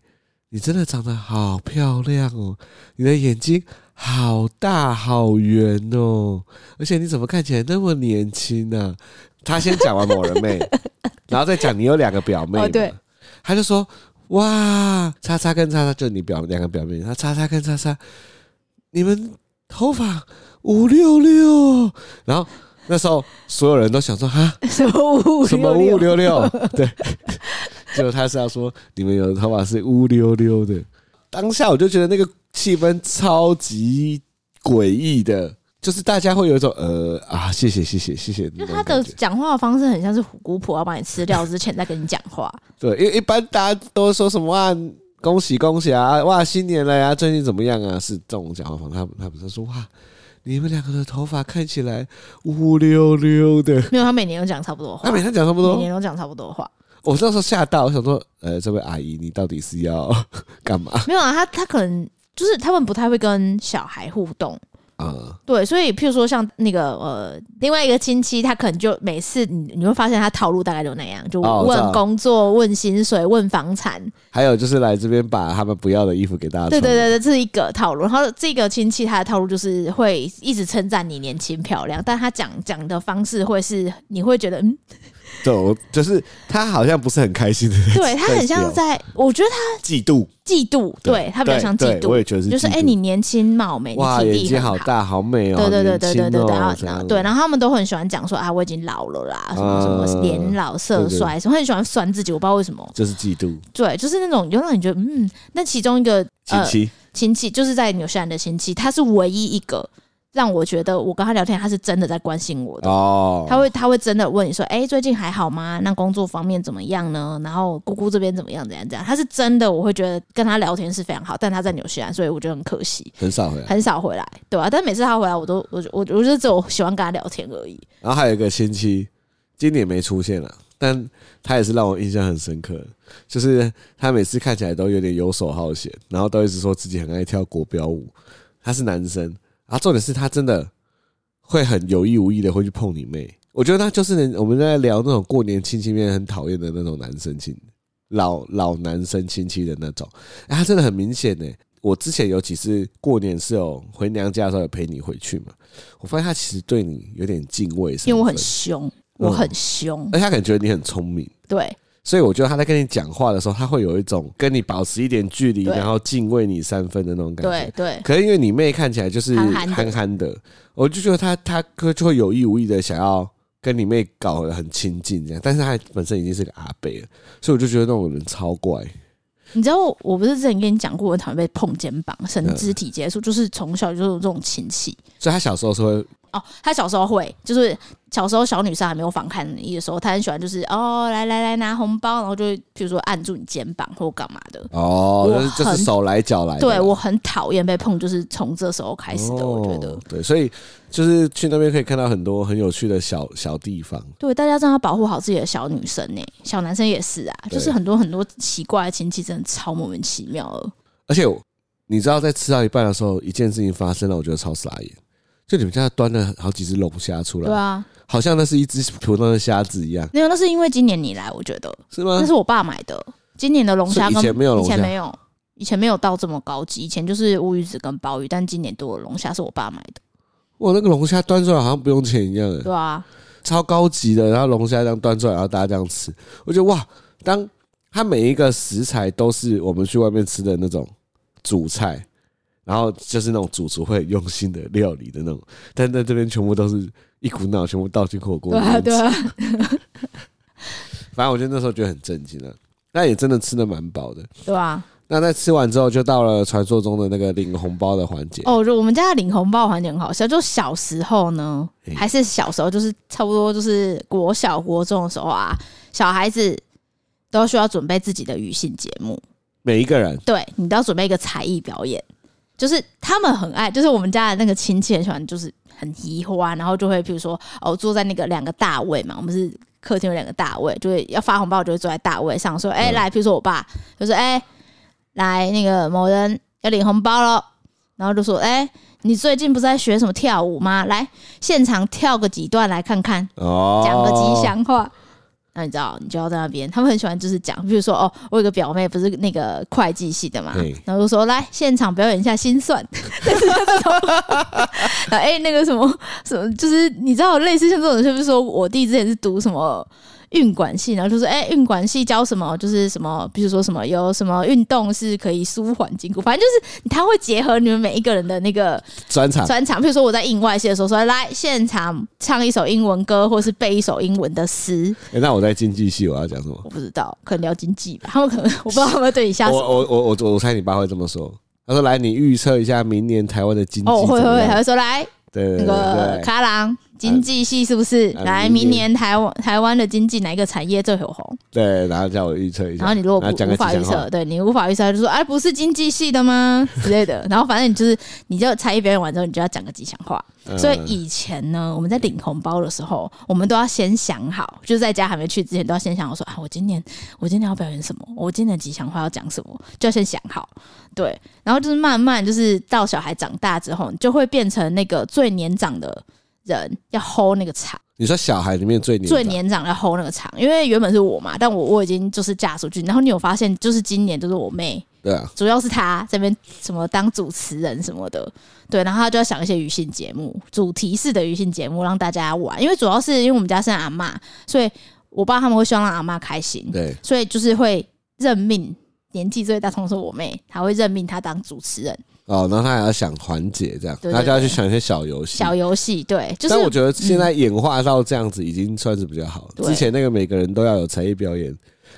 [SPEAKER 1] 你真的长得好漂亮哦，你的眼睛。”好大好圆哦，而且你怎么看起来那么年轻呢、他先讲完某人
[SPEAKER 2] *laughs*
[SPEAKER 1] 妹，然后再讲你有两个表妹嘛，
[SPEAKER 2] 哦对
[SPEAKER 1] 他就说哇，叉叉跟叉叉就你表两个表妹，他叉叉跟叉叉，你们头发五六六，然后那时候所有人都想说哈
[SPEAKER 2] 什么五
[SPEAKER 1] 什么五六六， *laughs* 对，结果他是要说你们有的头发是乌溜溜的，当下我就觉得那个气氛超级诡异的。就是大家会有一种呃啊，谢谢谢谢谢谢那
[SPEAKER 2] 就
[SPEAKER 1] 种
[SPEAKER 2] 他
[SPEAKER 1] 感觉，
[SPEAKER 2] 的讲话的方式很像是虎姑婆要把你吃掉之前在跟你讲话，
[SPEAKER 1] 对，因为一般大家都说什么哇，恭喜恭喜啊，哇，新年了呀、最近怎么样啊？是这种讲话方式，他他不是说哇，你们两个的头发看起来乌溜溜的。
[SPEAKER 2] 没有，他每年都讲差不多的话
[SPEAKER 1] 他，每天讲差不
[SPEAKER 2] 每
[SPEAKER 1] 多，
[SPEAKER 2] 年都讲差不多的话，
[SPEAKER 1] 我那时候吓到，我想说，呃，这位阿姨，你到底是要 *laughs* 干嘛
[SPEAKER 2] 没有啊，他他可能就是他们不太会跟小孩互动。
[SPEAKER 1] 啊？
[SPEAKER 2] 对，所以譬如说像那个呃，另外一个亲戚，他可能就每次你你会发现他套路大概就那样，就
[SPEAKER 1] 哦我知道
[SPEAKER 2] 问工作、问薪水、问房产，
[SPEAKER 1] 还有就是来这边把他们啊不要的衣服给大家穿。
[SPEAKER 2] 对对对对，这是一个套路。然后这个亲戚他的套路就是会一直称赞你年轻漂亮，但他讲讲的方式会是你会觉得嗯，
[SPEAKER 1] 对，我就是他好像不是很开心的，
[SPEAKER 2] *laughs* 对他很像在，哎我觉得他
[SPEAKER 1] 嫉妒，
[SPEAKER 2] 嫉妒，对他比较像
[SPEAKER 1] 对
[SPEAKER 2] 嫉
[SPEAKER 1] 对我
[SPEAKER 2] 妒，
[SPEAKER 1] 也觉得是嫉妒，
[SPEAKER 2] 就是哎、你年轻貌美，你
[SPEAKER 1] 哇，
[SPEAKER 2] 体
[SPEAKER 1] 眼
[SPEAKER 2] 力
[SPEAKER 1] 睛
[SPEAKER 2] 很好
[SPEAKER 1] 好。大，好美哦，
[SPEAKER 2] 对对对
[SPEAKER 1] 年
[SPEAKER 2] 对
[SPEAKER 1] 轻
[SPEAKER 2] 对对对，
[SPEAKER 1] 哦
[SPEAKER 2] 然后
[SPEAKER 1] 这
[SPEAKER 2] 然后
[SPEAKER 1] 样
[SPEAKER 2] 对，然后他们都很喜欢讲说啊，我已经老了啦，什么什
[SPEAKER 1] 啊
[SPEAKER 2] 么年老色
[SPEAKER 1] 对对
[SPEAKER 2] 衰，什么很喜欢酸自己，我不知道为什么。
[SPEAKER 1] 就是嫉妒，
[SPEAKER 2] 对，就是那种有让你觉得嗯，那其中一个
[SPEAKER 1] 亲
[SPEAKER 2] 呃
[SPEAKER 1] 戚、
[SPEAKER 2] 亲戚，就是在纽西兰的亲戚，他是唯一一个让我觉得我跟他聊天，他是真的在关心我的。
[SPEAKER 1] 哦，
[SPEAKER 2] 他会他会真的问你说，哎、最近还好吗？那工作方面怎么样呢？然后姑姑这边怎么样？怎样怎样？他是真的，我会觉得跟他聊天是非常好，但他在纽西兰，所以我觉得很可惜，
[SPEAKER 1] 很少啊回来。
[SPEAKER 2] 很少回来，对啊吧、但每次他回来，我都我我我就只有喜欢跟他聊天而已。
[SPEAKER 1] 然后还有一个亲戚，今年没出现了，但他也是让我印象很深刻，就是他每次看起来都有点游手好闲，然后都一直说自己很爱跳国标舞。他是男生，啊，重点是他真的会很有意无意的会去碰你妹。我觉得他就是我们在聊那种过年亲戚面很讨厌的那种男生亲，老老男生亲戚的那种。哎、他真的很明显呢。我之前有几次过年是有回娘家的时候有陪你回去嘛，我发现他其实对你有点敬畏，
[SPEAKER 2] 因为我很，凶，
[SPEAKER 1] 嗯
[SPEAKER 2] 我很凶，
[SPEAKER 1] 而且他感觉你很聪明，
[SPEAKER 2] 对
[SPEAKER 1] 所以我觉得他在跟你讲话的时候，他会有一种跟你保持一点距离，
[SPEAKER 2] 对
[SPEAKER 1] 然后敬畏你三分的那种感觉。
[SPEAKER 2] 对对，
[SPEAKER 1] 可是因为你妹看起来就是
[SPEAKER 2] 憨憨的
[SPEAKER 1] 憨憨的，我就觉得她她就就会有意无意的想要跟你妹搞得很亲近这样，但是她本身已经是个阿贝了，所以我就觉得那种人超怪。
[SPEAKER 2] 你知道我我不是之前跟你讲过，我很讨厌被碰肩膀、
[SPEAKER 1] 嗯
[SPEAKER 2] 身肢体接触，就是从小就有这种亲戚。
[SPEAKER 1] 所以她小时候是会
[SPEAKER 2] 哦，他小时候会，就是小时候小女生还没有反抗能力的时候，他很喜欢就是哦，来来来拿红包，然后就会比如说按住你肩膀或干嘛的。
[SPEAKER 1] 哦，
[SPEAKER 2] 我
[SPEAKER 1] 就是就是
[SPEAKER 2] 很
[SPEAKER 1] 手来脚哎来的啦，
[SPEAKER 2] 对我很讨厌被碰，就是从这时候开始的，我觉得
[SPEAKER 1] 哦。对，所以就是去那边可以看到很多很有趣的小小地方。
[SPEAKER 2] 对，大家真的要保护好自己的小女生呢、小男生也是啊，
[SPEAKER 1] 对
[SPEAKER 2] 就是很多很多奇怪的亲戚，真的超莫名其妙的。
[SPEAKER 1] 而且我你知道，在吃到一半的时候，一件事情发生了，我觉得超傻眼。就你们家端了好几只龙虾出来，
[SPEAKER 2] 对啊，
[SPEAKER 1] 好像那是一只普通的虾子一样，
[SPEAKER 2] 没有，那是因为今年你来，我觉得
[SPEAKER 1] 是吗
[SPEAKER 2] 那？是我爸买的。今年的龙虾
[SPEAKER 1] 嗯所以以
[SPEAKER 2] 跟
[SPEAKER 1] 前没有龙虾
[SPEAKER 2] 以前没有，以前没有到这么高级，以前就是乌鱼子跟鲍鱼，但今年多了龙虾是我爸买的，
[SPEAKER 1] 哇，那个龙虾端出来好像不用钱一样，哎
[SPEAKER 2] 对啊，
[SPEAKER 1] 超高级的。然后龙虾这样端出来，然后大家这样吃，我觉得哇，当它每一个食材都是我们去外面吃的那种主菜，然后就是那种主厨会用心的料理的那种，但在这边全部都是一股脑全部倒进火锅
[SPEAKER 2] 对
[SPEAKER 1] 里
[SPEAKER 2] 啊
[SPEAKER 1] 面吃
[SPEAKER 2] 对。啊，
[SPEAKER 1] 反正我觉得那时候觉得很震惊了，那也真的吃的蛮饱的。
[SPEAKER 2] 对啊。
[SPEAKER 1] 那在吃完之后，就到了传说中的那个领红包的环节。
[SPEAKER 2] 哦，我觉得我们家的领红包环节很好笑，就小时候呢
[SPEAKER 1] 嘿，
[SPEAKER 2] 还是小时候，就是差不多就是国小国中的时候啊，小孩子都需要准备自己的语性节目。
[SPEAKER 1] 每一个人
[SPEAKER 2] 对你都要准备一个才艺表演，就是他们很爱，就是我们家的那个亲戚很喜欢，就是很移花，然后就会比如说哦，坐在那个两个大位嘛，我们是客厅有两个大位，就会要发红包，我就会坐在大位上说，哎、
[SPEAKER 1] 嗯
[SPEAKER 2] 来，比如说我爸就说，哎、来那个某人要领红包喽，然后就说，哎、你最近不是在学什么跳舞吗？来，现场跳个几段来看看，
[SPEAKER 1] 哦，
[SPEAKER 2] 讲个吉。祥话。哦那你知道，你就要在那边，他们很喜欢就是讲，比如说哦，我有个表妹不是那个会计系的嘛
[SPEAKER 1] 嘿，
[SPEAKER 2] 然后就说来现场表演一下心算， *laughs* 类似像这种， *laughs* 然后哎、那个什么什么，就是你知道类似像这种，就是说我弟之前是读什么。运管系，然后就说，哎、运管系教什么？就是什么，比如说什么有什么运动是可以舒缓筋骨，反正就是他会结合你们每一个人的那个
[SPEAKER 1] 专 *laughs* 场
[SPEAKER 2] 专场，譬如说我在印外戏的时候说来现场唱一首英文歌，或是背一首英文的诗，
[SPEAKER 1] 欸那我在经济系我要讲什么？
[SPEAKER 2] 我不知道，可能聊经济吧，他们可能我不知道他们对你
[SPEAKER 1] *laughs*
[SPEAKER 2] 下
[SPEAKER 1] 我
[SPEAKER 2] 手。
[SPEAKER 1] 我我我我猜你爸会这么说。他说：“来，你预测一下明年台湾的经济
[SPEAKER 2] 哦，会
[SPEAKER 1] 怎
[SPEAKER 2] 会
[SPEAKER 1] 么
[SPEAKER 2] 会，
[SPEAKER 1] 样
[SPEAKER 2] 还会说来
[SPEAKER 1] 对对对
[SPEAKER 2] 那个
[SPEAKER 1] 对对，
[SPEAKER 2] 卡郎经济系是不是？
[SPEAKER 1] 啊
[SPEAKER 2] 来
[SPEAKER 1] 明
[SPEAKER 2] 明
[SPEAKER 1] 年
[SPEAKER 2] 年台湾台湾的经济哪一个产业最火红？
[SPEAKER 1] 对，然后叫我预测一下。
[SPEAKER 2] 然后你如果不
[SPEAKER 1] 啊讲个
[SPEAKER 2] 无
[SPEAKER 1] 吉
[SPEAKER 2] 法
[SPEAKER 1] 祥
[SPEAKER 2] 预
[SPEAKER 1] 话
[SPEAKER 2] 测，对你无法预测，就说哎、不是经济系的吗之类的。然后反正你就是你就才艺表演完之后，你就要讲个吉祥话。
[SPEAKER 1] 嗯
[SPEAKER 2] 所以以前呢，我们在领红包的时候，我们都要先想好，就是在家还没去之前，都要先想好说啊，我今年我今年要表演什么，我今年的吉祥话要讲什么，就要先想好。对，然后就是慢慢就是到小孩长大之后，你就会变成那个最年长的人要 hold 那个场。
[SPEAKER 1] 你说小孩里面最年
[SPEAKER 2] 最
[SPEAKER 1] 长
[SPEAKER 2] 年长要 hold 那个场，因为原本是我嘛，但我我已经就是嫁出去，然后你有发现，就是今年就是我妹，
[SPEAKER 1] 对啊，
[SPEAKER 2] 主要是她这边什么当主持人什么的，对，然后她就要想一些娱性节目，主题式的娱性节目让大家玩，因为主要是因为我们家是阿嬷，所以我爸他们会希望让阿嬷开心，
[SPEAKER 1] 对，
[SPEAKER 2] 所以就是会任命年纪最大，通常是我妹，她会任命她当主持人，
[SPEAKER 1] 哦，然后他还要想环节这样，
[SPEAKER 2] 对对
[SPEAKER 1] 他就要去想一些小游戏。
[SPEAKER 2] 小游
[SPEAKER 1] *laughs*
[SPEAKER 2] 戏，对，就是
[SPEAKER 1] 但我觉得现在演化到这样子已经算是比较好。
[SPEAKER 2] 对
[SPEAKER 1] 之前那个每个人都要有才艺表演，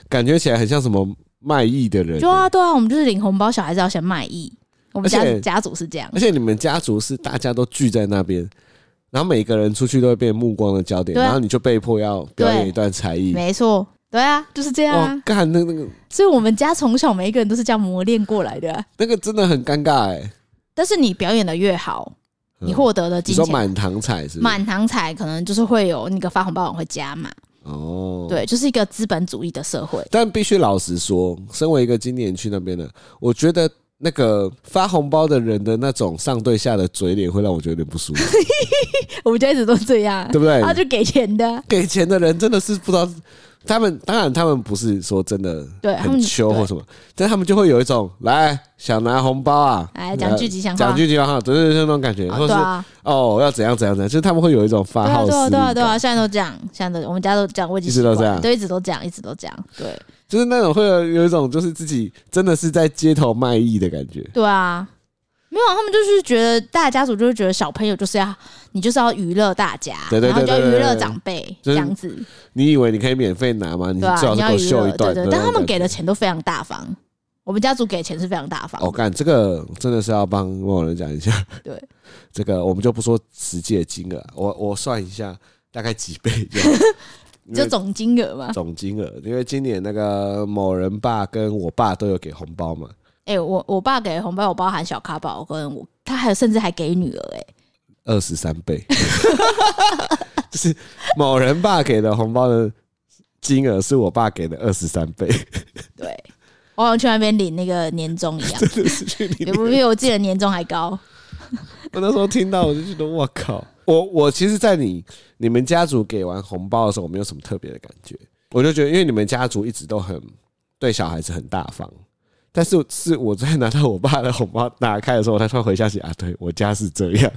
[SPEAKER 1] 感觉起来很像什么卖艺的人
[SPEAKER 2] 对。啊对啊，我们就是领红包，小孩子要先卖艺。我们
[SPEAKER 1] 而
[SPEAKER 2] 家
[SPEAKER 1] 且
[SPEAKER 2] 家族是这样
[SPEAKER 1] 而，且你们家族是大家都聚在那边，然后每个人出去都会变目光的焦点，
[SPEAKER 2] 对啊
[SPEAKER 1] 然后你就被迫要表演
[SPEAKER 2] 对
[SPEAKER 1] 一段才艺。
[SPEAKER 2] 没错，对啊，就是这样
[SPEAKER 1] 哇
[SPEAKER 2] 啊。，
[SPEAKER 1] 干那那个
[SPEAKER 2] 所以我们家从小每一个人都是这样磨练过来的啊、
[SPEAKER 1] 那个真的很尴尬哎、
[SPEAKER 2] 但是你表演的越好，
[SPEAKER 1] 嗯
[SPEAKER 2] 你获得的
[SPEAKER 1] 你
[SPEAKER 2] 金
[SPEAKER 1] 说
[SPEAKER 2] 钱
[SPEAKER 1] 满堂彩是不是
[SPEAKER 2] 满堂彩，可能就是会有那个发红包人会加嘛。
[SPEAKER 1] 哦，。
[SPEAKER 2] 对，就是一个资本主义的社会。 *laughs*
[SPEAKER 1] 但必须老实说，身为一个今年去那边的，我觉得那个发红包的人的那种上对下的嘴脸，会让我觉得有点不
[SPEAKER 2] *laughs*
[SPEAKER 1] 舒服，
[SPEAKER 2] 我们家一直都这样啊，
[SPEAKER 1] 对不对？
[SPEAKER 2] 他就给钱的啊，
[SPEAKER 1] 给钱的人真的是不知道，他们当然他们不是说真的
[SPEAKER 2] 对他
[SPEAKER 1] 很
[SPEAKER 2] 们
[SPEAKER 1] 穷或
[SPEAKER 2] 嗯对
[SPEAKER 1] 什么，但他们就会有一种来想拿红包啊，
[SPEAKER 2] 来哎讲句吉祥话
[SPEAKER 1] 讲句吉祥话，对对对，那种感觉，或
[SPEAKER 2] 对
[SPEAKER 1] 是
[SPEAKER 2] 啊，
[SPEAKER 1] 哦要怎样怎样怎样，就是他们会有一种
[SPEAKER 2] 对
[SPEAKER 1] 发
[SPEAKER 2] 啊，
[SPEAKER 1] 号
[SPEAKER 2] 对啊，
[SPEAKER 1] 施
[SPEAKER 2] 对啊，
[SPEAKER 1] 令
[SPEAKER 2] 对啊，
[SPEAKER 1] 感，
[SPEAKER 2] 现在都这样，现在都我们家都这样，我已经
[SPEAKER 1] 一直都
[SPEAKER 2] 习惯
[SPEAKER 1] 这
[SPEAKER 2] 了
[SPEAKER 1] 样
[SPEAKER 2] 对，一直都这样，一直都这样，对，
[SPEAKER 1] 就是那种会有有一种就是自己真的是在街头卖艺的感觉。
[SPEAKER 2] 对啊。没有啊，他们就是觉得大家族就是觉得小朋友就是要你就是要娱乐大家，
[SPEAKER 1] 对对对
[SPEAKER 2] 然后你就要
[SPEAKER 1] 对对
[SPEAKER 2] 娱乐
[SPEAKER 1] 对
[SPEAKER 2] 长辈
[SPEAKER 1] 就
[SPEAKER 2] 这
[SPEAKER 1] 是
[SPEAKER 2] 样子。
[SPEAKER 1] 你以为你可以免费拿吗？你
[SPEAKER 2] 对
[SPEAKER 1] 最好是
[SPEAKER 2] 啊，你
[SPEAKER 1] 给
[SPEAKER 2] 要
[SPEAKER 1] 我
[SPEAKER 2] 娱乐
[SPEAKER 1] 秀一段。
[SPEAKER 2] 对
[SPEAKER 1] 那种
[SPEAKER 2] 对，但他们
[SPEAKER 1] 感觉
[SPEAKER 2] 给的钱都非常大方。我们家族给钱是非常大方，
[SPEAKER 1] 哦，干这个真的是要帮某人讲一下。
[SPEAKER 2] *laughs* 对，
[SPEAKER 1] 这个我们就不说实际的金额，我我算一下大概几倍这
[SPEAKER 2] *laughs*
[SPEAKER 1] 样，因
[SPEAKER 2] 就
[SPEAKER 1] 为
[SPEAKER 2] 总啊金额嘛。
[SPEAKER 1] 总金额。因为今年那个某人爸跟我爸都有给红包嘛，
[SPEAKER 2] 哎、我我爸给的红包，我包含小卡宝跟我，他还有甚至还给女儿、哎，
[SPEAKER 1] 二十三倍， *laughs* 就是某人爸给的红包的金额是我爸给的二十三倍， *laughs*
[SPEAKER 2] 对，我好像去那边领那个年终一样，
[SPEAKER 1] *laughs* 真的是去你
[SPEAKER 2] 也不比我自己的年终还高。
[SPEAKER 1] 我那时候听到，我就觉得我靠！我我其实，在你你们家族给完红包的时候，我没有什么特别的感觉，我就觉得，因为你们家族一直都很对小孩子很大方，但是是我在
[SPEAKER 2] *laughs*
[SPEAKER 1] 拿到我爸的红包打开的时候，我才突然回想起啊，对我家是这样，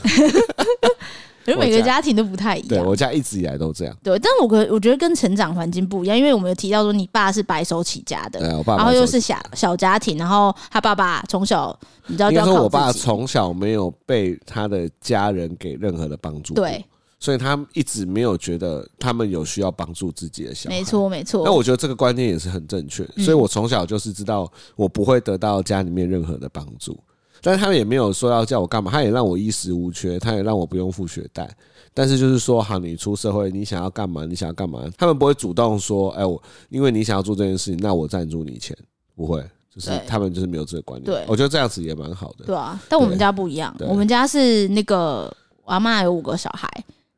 [SPEAKER 2] 因为每
[SPEAKER 1] 我
[SPEAKER 2] 个
[SPEAKER 1] 家
[SPEAKER 2] 家庭都不太一
[SPEAKER 1] 对
[SPEAKER 2] 样。
[SPEAKER 1] 我家一直以来都这样。
[SPEAKER 2] 对，但我可我觉得跟成长环境不一样，因为我们有提到说你爸是白手起家的，
[SPEAKER 1] 对，我爸
[SPEAKER 2] 然
[SPEAKER 1] 爸
[SPEAKER 2] 后
[SPEAKER 1] 说
[SPEAKER 2] 又是小小家庭，然后他爸爸从小你知道
[SPEAKER 1] 应
[SPEAKER 2] 就
[SPEAKER 1] 该
[SPEAKER 2] 要
[SPEAKER 1] 说，
[SPEAKER 2] 靠
[SPEAKER 1] 我爸
[SPEAKER 2] 自己
[SPEAKER 1] 从小没有被他的家人给任何的帮助，，
[SPEAKER 2] 对，
[SPEAKER 1] 所以他一直没有觉得他们有需要帮助自己的小孩。
[SPEAKER 2] 没。错没错。
[SPEAKER 1] 那我觉得这个观念也是很正确，
[SPEAKER 2] 嗯
[SPEAKER 1] 所以我从小就是知道我不会得到家里面任何的帮助，但是他们也没有说要叫我干嘛，他也让我衣食无缺，他也让我不用付学贷，但是就是说，好，你出社会，你想要干嘛，你想要干嘛，他们不会主动说，哎，我因为你想要做这件事情，那我赞助你钱，不会，就是
[SPEAKER 2] 对
[SPEAKER 1] 他们就是没有这个观念。
[SPEAKER 2] 对
[SPEAKER 1] 我觉得这样子也蛮好的。
[SPEAKER 2] 对啊，但我们
[SPEAKER 1] 对
[SPEAKER 2] 家不一样，
[SPEAKER 1] 对
[SPEAKER 2] 我们家是那个我阿妈有五个小孩，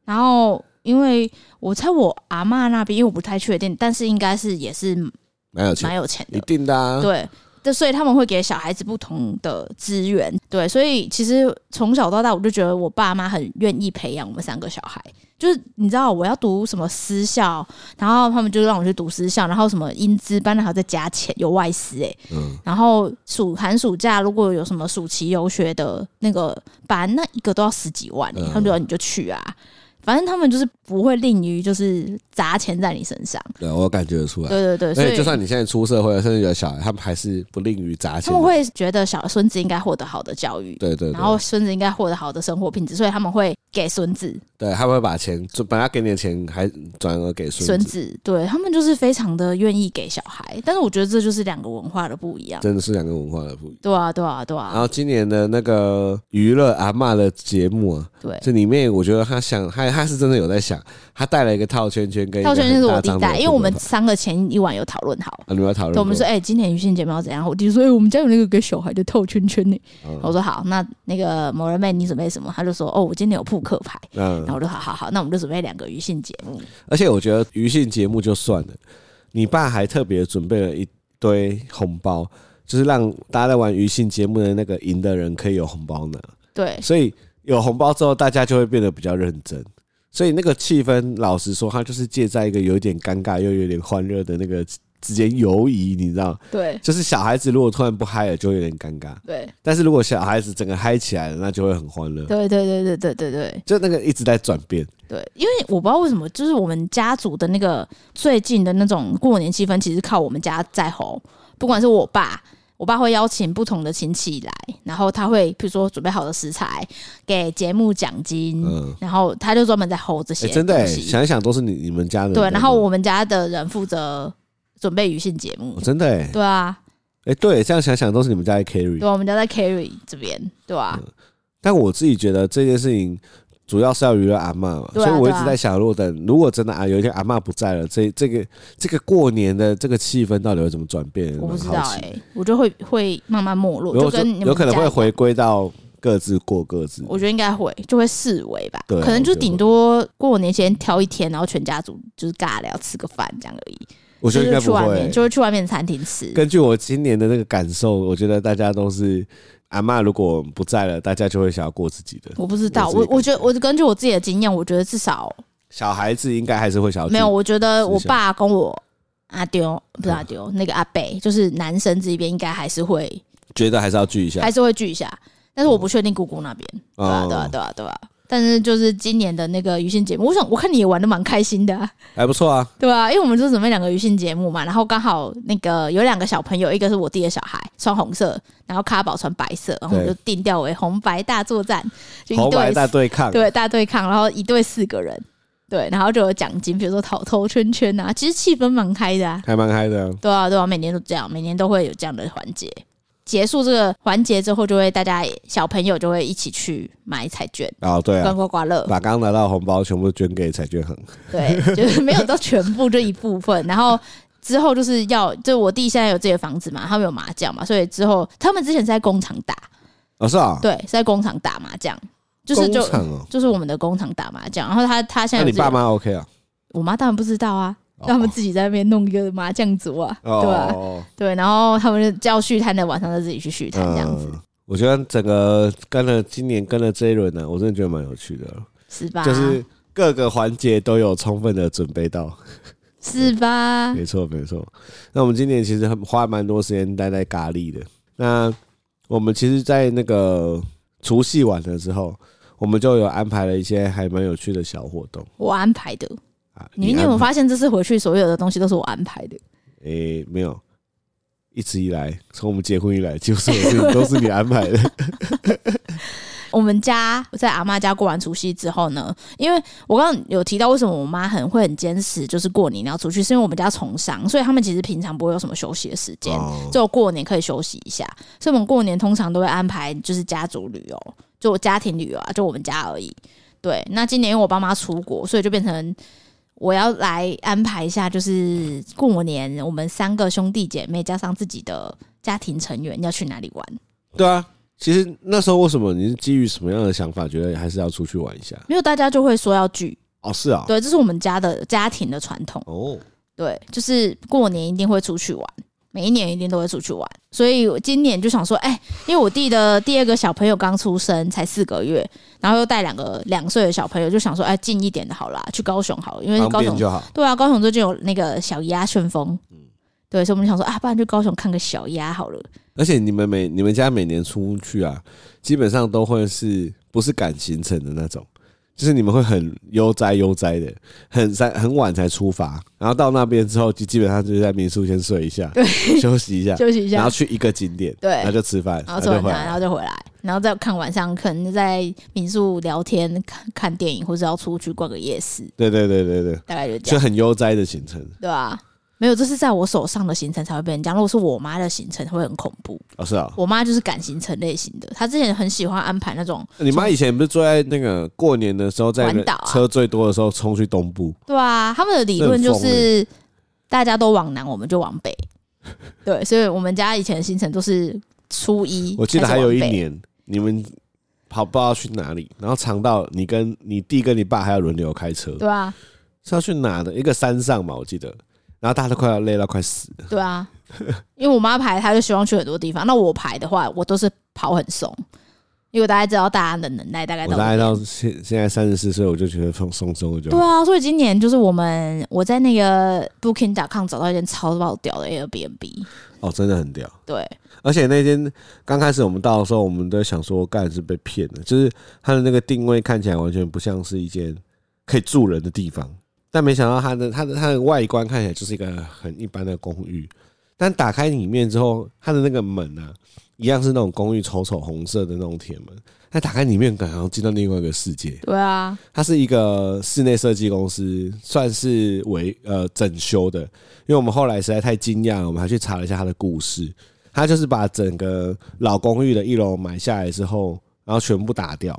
[SPEAKER 2] 然后因为我猜我阿妈那边，因为我不太确定，但是应该是也是
[SPEAKER 1] 蛮有钱
[SPEAKER 2] 蛮，有钱
[SPEAKER 1] 一
[SPEAKER 2] 的，
[SPEAKER 1] 定的啊。
[SPEAKER 2] 对。这所以他们会给小孩子不同的资源，对，所以其实从小到大，我就觉得我爸妈很愿意培养我们三个小孩。就是你知道我要读什么私校，然后他们就让我去读私校，然后什么英资班还要再加钱，有外师哎、
[SPEAKER 1] 嗯，
[SPEAKER 2] 然后暑寒暑假如果有什么暑期游学的那个班，那一个都要十几万、欸
[SPEAKER 1] 嗯
[SPEAKER 2] 他们就说你就去啊。反正他们就是不会吝于就是砸钱在你身上，
[SPEAKER 1] 对我感觉得出来。
[SPEAKER 2] 对对对，
[SPEAKER 1] 而
[SPEAKER 2] 所
[SPEAKER 1] 且
[SPEAKER 2] 以
[SPEAKER 1] 就算你现在出社会，甚至有小孩，他们还是不吝于砸
[SPEAKER 2] 他
[SPEAKER 1] 钱的。
[SPEAKER 2] 们会觉得小孙子应该获得好的教育，
[SPEAKER 1] 对对对，
[SPEAKER 2] 然后孙子应该获得好的生活品质，所以他们会给孙子
[SPEAKER 1] 对他们会把钱，就本来给你的钱还转而给
[SPEAKER 2] 孙
[SPEAKER 1] 孙子，
[SPEAKER 2] 子，对他们就是非常的愿意给小孩，但是我觉得这就是两个文化的不一样，
[SPEAKER 1] 真的是两个文化的不一样。
[SPEAKER 2] 对啊对啊对
[SPEAKER 1] 然
[SPEAKER 2] 啊，
[SPEAKER 1] 后今年的那个娱乐阿嬷的节目啊，
[SPEAKER 2] 对。
[SPEAKER 1] 这里面我觉得他想，他他是真的有在想，他带了一个套圈圈跟一个
[SPEAKER 2] 套圈圈是我
[SPEAKER 1] 很大
[SPEAKER 2] 弟
[SPEAKER 1] 张的
[SPEAKER 2] 带，因为我们
[SPEAKER 1] 扑克
[SPEAKER 2] 三个前一晚有讨论好，
[SPEAKER 1] 牌啊，你们要讨论
[SPEAKER 2] 对，
[SPEAKER 1] 过，
[SPEAKER 2] 我们说，哎、今年女性节目要怎样？我弟说，哎、我们家有那个给小孩的套圈圈呢、
[SPEAKER 1] 嗯
[SPEAKER 2] 我说好，那那个某人妹，你准备什么？他就说，哦，我今天有扑克牌。
[SPEAKER 1] 嗯
[SPEAKER 2] 然，后我就好好好，那我们就准备两个余性节目。
[SPEAKER 1] 而且我觉得余兴节目就算了，你爸还特别准备了一堆红包，就是让大家在玩余兴节目的那个赢的人可以有红包拿，
[SPEAKER 2] 对，
[SPEAKER 1] 所以有红包之后，大家就会变得比较认真。所以那个气氛，老实说，它就是借在一个有一点尴尬又有点欢乐的那个之间游移，你知道，
[SPEAKER 2] 对，
[SPEAKER 1] 就是小孩子如果突然不嗨了，就会有点尴尬；
[SPEAKER 2] 对，
[SPEAKER 1] 但是如果小孩子整个嗨起来了，那就会很欢乐。
[SPEAKER 2] 对，对，对，对，对，对，对，
[SPEAKER 1] 就那个一直在转变，
[SPEAKER 2] 对，因为我不知道为什么，就是我们家族的那个最近的那种过年气氛，其实靠我们家在吼，不管是我爸。我爸会邀请不同的亲戚来，然后他会比如说准备好的食材给节目奖金，
[SPEAKER 1] 嗯
[SPEAKER 2] 然后他就专门在吼这
[SPEAKER 1] 哎、
[SPEAKER 2] 些、
[SPEAKER 1] 真的、
[SPEAKER 2] 东
[SPEAKER 1] 欸，
[SPEAKER 2] 西。
[SPEAKER 1] 想一想都是你你们家的
[SPEAKER 2] 对，
[SPEAKER 1] 人
[SPEAKER 2] 然后我们家的人负责准备语信节目
[SPEAKER 1] 哦。真的、欸，
[SPEAKER 2] 对啊，
[SPEAKER 1] 哎、对，这样想想都是你们家的 carry。
[SPEAKER 2] 对啊，我们家在 carry 这边，对啊，
[SPEAKER 1] 嗯但我自己觉得这件事情主要是要娱乐阿嬷嘛，
[SPEAKER 2] 对啊
[SPEAKER 1] 所以我一直
[SPEAKER 2] 对啊
[SPEAKER 1] 在想，如果等如果真的啊有一天阿嬷不在了，这这个这个过年的这个气氛到底会怎么转变？
[SPEAKER 2] 我不知道
[SPEAKER 1] 蛮好
[SPEAKER 2] 哎、
[SPEAKER 1] 奇
[SPEAKER 2] 我就会会慢慢没落，
[SPEAKER 1] 有
[SPEAKER 2] 就
[SPEAKER 1] 就
[SPEAKER 2] 跟你们
[SPEAKER 1] 有可能
[SPEAKER 2] 家一
[SPEAKER 1] 会
[SPEAKER 2] 样
[SPEAKER 1] 回，归到各自过各自。
[SPEAKER 2] 我觉得应该会，就会视为吧，
[SPEAKER 1] 对啊
[SPEAKER 2] 可能就
[SPEAKER 1] 我觉得
[SPEAKER 2] 顶
[SPEAKER 1] 会
[SPEAKER 2] 多过年前挑一天，然后全家族就是尬聊吃个饭这样而已，
[SPEAKER 1] 我觉得应该
[SPEAKER 2] 就是去
[SPEAKER 1] 不
[SPEAKER 2] 外
[SPEAKER 1] 会
[SPEAKER 2] 面，。就会去外面餐厅吃，
[SPEAKER 1] 根据我今年的那个感受，我觉得大家都是阿嬷如果不在了，大家就会想要过自己的。
[SPEAKER 2] 我不知道，
[SPEAKER 1] 我自己
[SPEAKER 2] 我
[SPEAKER 1] 感
[SPEAKER 2] 我觉得我根据我自己的经验，我觉得至少
[SPEAKER 1] 小孩子应该还是会想要
[SPEAKER 2] 没有，
[SPEAKER 1] 自己
[SPEAKER 2] 我觉得我
[SPEAKER 1] 思想嗯
[SPEAKER 2] 爸跟我阿丢不是阿丢，那个阿北就是男生这边应该还是会
[SPEAKER 1] 觉得还是要聚一下
[SPEAKER 2] 还。是会聚一下，但是我不确定姑姑那边，对
[SPEAKER 1] 嗯
[SPEAKER 2] 啊
[SPEAKER 1] 哦
[SPEAKER 2] 对啊对啊对啊。但是就是今年的那个余兴节目，我想我看你也玩的蛮开心的、啊，
[SPEAKER 1] 还不错啊，
[SPEAKER 2] 对吧、因为我们就准备两个余兴节目嘛，然后刚好那个有两个小朋友，一个是我弟的小孩，穿红色，然后卡宝穿白色，然后我们就定调为红白大作战，就一
[SPEAKER 1] 红白
[SPEAKER 2] 对
[SPEAKER 1] 大对抗。
[SPEAKER 2] 对大对抗，然后一队四个人，对，然后就有奖金，比如说讨偷圈圈啊，其实气氛蛮开的啊，
[SPEAKER 1] 还蛮嗨的啊、
[SPEAKER 2] 对啊，对啊，每年都这样，每年都会有这样的环节。结束这个环节之后，就会大家小朋友就会一起去买彩券，
[SPEAKER 1] 哦，对啊
[SPEAKER 2] 跟，刮刮乐，
[SPEAKER 1] 把刚拿到的红包全部捐给彩券行。
[SPEAKER 2] 对，就是没有到全部，就一部分。然后之后就是要，就我弟现在有自己的房子嘛，他们有麻将嘛，所以之后他们之前是在工厂打，
[SPEAKER 1] 哦，是啊，
[SPEAKER 2] 对，是在工厂打麻将，就是就
[SPEAKER 1] 工厂哦。
[SPEAKER 2] 就是我们的工厂打麻将。然后他他现
[SPEAKER 1] 那
[SPEAKER 2] 在有
[SPEAKER 1] 你
[SPEAKER 2] 自己的
[SPEAKER 1] 爸妈 OK 啊？
[SPEAKER 2] 我妈当然不知道啊，
[SPEAKER 1] 哦
[SPEAKER 2] 让他们自己在那边弄一个麻将桌啊，对吧、
[SPEAKER 1] 哦，
[SPEAKER 2] 对，然后他们就叫续摊的晚上就自己去续摊这样子。
[SPEAKER 1] 嗯。我觉得整个跟了今年跟了这一轮呢，我真的觉得蛮有趣的，
[SPEAKER 2] 是吧？
[SPEAKER 1] 就是各个环节都有充分的准备
[SPEAKER 2] 啊
[SPEAKER 1] 到。
[SPEAKER 2] 是吧？
[SPEAKER 1] 没错，没错。那我们今年其实很花蛮多时间待在咖喱的。那我们其实，在那个除夕晚了之后，我们就有安排了一些还蛮有趣的小活动
[SPEAKER 2] 我安排的。
[SPEAKER 1] 啊。
[SPEAKER 2] 你你有
[SPEAKER 1] 安
[SPEAKER 2] 没有
[SPEAKER 1] 排
[SPEAKER 2] 发现这次回去所有的东西都是我安排的？
[SPEAKER 1] 诶、没有，一直以来从我们结婚以来，就是我是都是你安
[SPEAKER 2] *laughs*
[SPEAKER 1] 排的。
[SPEAKER 2] 我们家在阿妈家过完除夕之后呢，因为我刚刚有提到为什么我妈很会很坚持，就是过年要出去，是因为我们家从商，所以他们其实平常不会有什么休息的时间，
[SPEAKER 1] 哦
[SPEAKER 2] 只有过年可以休息一下。所以我们过年通常都会安排就是家族旅游，就家庭旅游啊，就我们家而已。对，那今年因为我爸妈出国，所以就变成我要来安排一下，就是过年我们三个兄弟姐妹加上自己的家庭成员要去哪里玩。
[SPEAKER 1] 对啊，其实那时候为什么你是基于什么样的想法，觉得还是要出去玩一下？
[SPEAKER 2] 没有大家就会说要聚，
[SPEAKER 1] 哦，是啊、
[SPEAKER 2] 对，这是我们家的家庭的传统。
[SPEAKER 1] 哦，
[SPEAKER 2] 对，就是过年一定会出去玩，每一年一定都会出去玩。所以我今年就想说，哎、因为我弟的第二个小朋友刚出生，才四个月，然后又带两个两岁的小朋友，就想说，哎、近一点的好啦，去高雄好了，因为
[SPEAKER 1] 方
[SPEAKER 2] 高
[SPEAKER 1] 便
[SPEAKER 2] 雄
[SPEAKER 1] 就好。
[SPEAKER 2] 对啊，高雄最近有那个小鸭旋风，对，所以我们想说啊，不然去高雄看个小鸭好了。
[SPEAKER 1] 而且你们每你们家每年出去啊，基本上都会是不是赶行程的那种，就是你们会很悠哉悠哉的，很在很晚才出发，然后到那边之后就基本上就是在民宿先睡一下，休息一下，
[SPEAKER 2] *laughs* 休息一下
[SPEAKER 1] 然后去一个景点，
[SPEAKER 2] 对
[SPEAKER 1] 然后就吃饭，
[SPEAKER 2] 然
[SPEAKER 1] 然
[SPEAKER 2] 后
[SPEAKER 1] 后
[SPEAKER 2] 吃
[SPEAKER 1] 就
[SPEAKER 2] 完
[SPEAKER 1] 回
[SPEAKER 2] 饭，然
[SPEAKER 1] 来。
[SPEAKER 2] 后就回来，然后再看晚上可能在民宿聊天、看看电影，或者要出去逛个夜市，
[SPEAKER 1] 对对对对对，
[SPEAKER 2] 大概就这
[SPEAKER 1] 就
[SPEAKER 2] 样，
[SPEAKER 1] 很悠哉的行程
[SPEAKER 2] 对吧、没有，这是在我手上的行程才会被人讲。如果是我妈的行程，会很恐怖。
[SPEAKER 1] 哦，是啊、
[SPEAKER 2] 我妈就是赶行程类型的，她之前很喜欢安排那种，
[SPEAKER 1] 你妈以前不是坐在那个过年的时候，在
[SPEAKER 2] 环岛啊
[SPEAKER 1] 车最多的时候冲去东部，
[SPEAKER 2] 对啊，他们的理论就是大家都往南，我们就往
[SPEAKER 1] *laughs*
[SPEAKER 2] 北。对，所以我们家以前的行程都是初一，
[SPEAKER 1] 我记得还有一
[SPEAKER 2] 开始往北
[SPEAKER 1] 年你们跑不知道去哪里，然后长到你跟你弟跟你爸还要轮流开车，
[SPEAKER 2] 对啊，
[SPEAKER 1] 是要去哪的一个山上嘛，我记得，然后大家都快要累到快死了，
[SPEAKER 2] 对啊，因为我妈排，她就希望去很多地方。那我排的话，我都是跑很松，因为我大概知道大家的能耐大概
[SPEAKER 1] 我
[SPEAKER 2] 到
[SPEAKER 1] 大
[SPEAKER 2] 哪
[SPEAKER 1] 概
[SPEAKER 2] 里。
[SPEAKER 1] 到现现在三十四岁，我就觉得放松松的就
[SPEAKER 2] 对啊，所以今年就是我们我在那个 Booking.com 找到一间超爆屌的 Airbnb，
[SPEAKER 1] 哦，真的很屌。
[SPEAKER 2] 对，
[SPEAKER 1] 而且那天刚开始我们到的时候，我们都想说，干是被骗的，就是它的那个定位看起来完全不像是一间可以住人的地方，但没想到它的它的它的外观看起来就是一个很一般的公寓，但打开里面之后，它的那个门啊，一样是那种公寓丑丑红色的那种铁门，但打开里面感觉好像进到另外一个世界，
[SPEAKER 2] 对啊，
[SPEAKER 1] 它是一个室内设计公司，算是维呃整修的。因为我们后来实在太惊讶了，我们还去查了一下它的故事。它就是把整个老公寓的一楼买下来之后，然后全部打掉，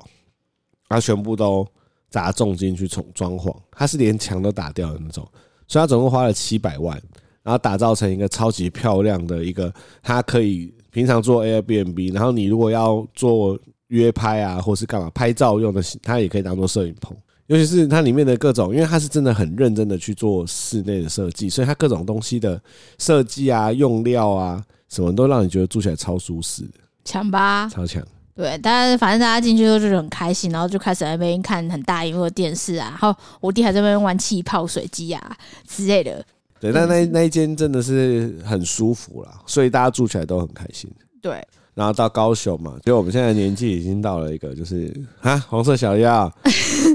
[SPEAKER 1] 然后全部都砸重金去重装潢。它是连墙都打掉的那种，所以它总共花了七百万，然后打造成一个超级漂亮的一个，它可以平常做 Airbnb，然后你如果要做约拍啊，或是干嘛拍照用的，它也可以当做摄影棚。尤其是它里面的各种，因为它是真的很认真的去做室内的设计，所以它各种东西的设计啊、用料啊，什么都让你觉得住起来超舒适的，
[SPEAKER 2] 强吧，
[SPEAKER 1] 超强。
[SPEAKER 2] 对，但是反正大家进去之后就是很开心，然后就开始在那边看很大荧幕的电视啊，然后我弟还在那边玩气泡水机啊之类的，
[SPEAKER 1] 对，但那那一间真的是很舒服啦，所以大家住起来都很开心。
[SPEAKER 2] 对，
[SPEAKER 1] 然后到高雄嘛，就我们现在的年纪已经到了一个，就是啊，红色小鸭，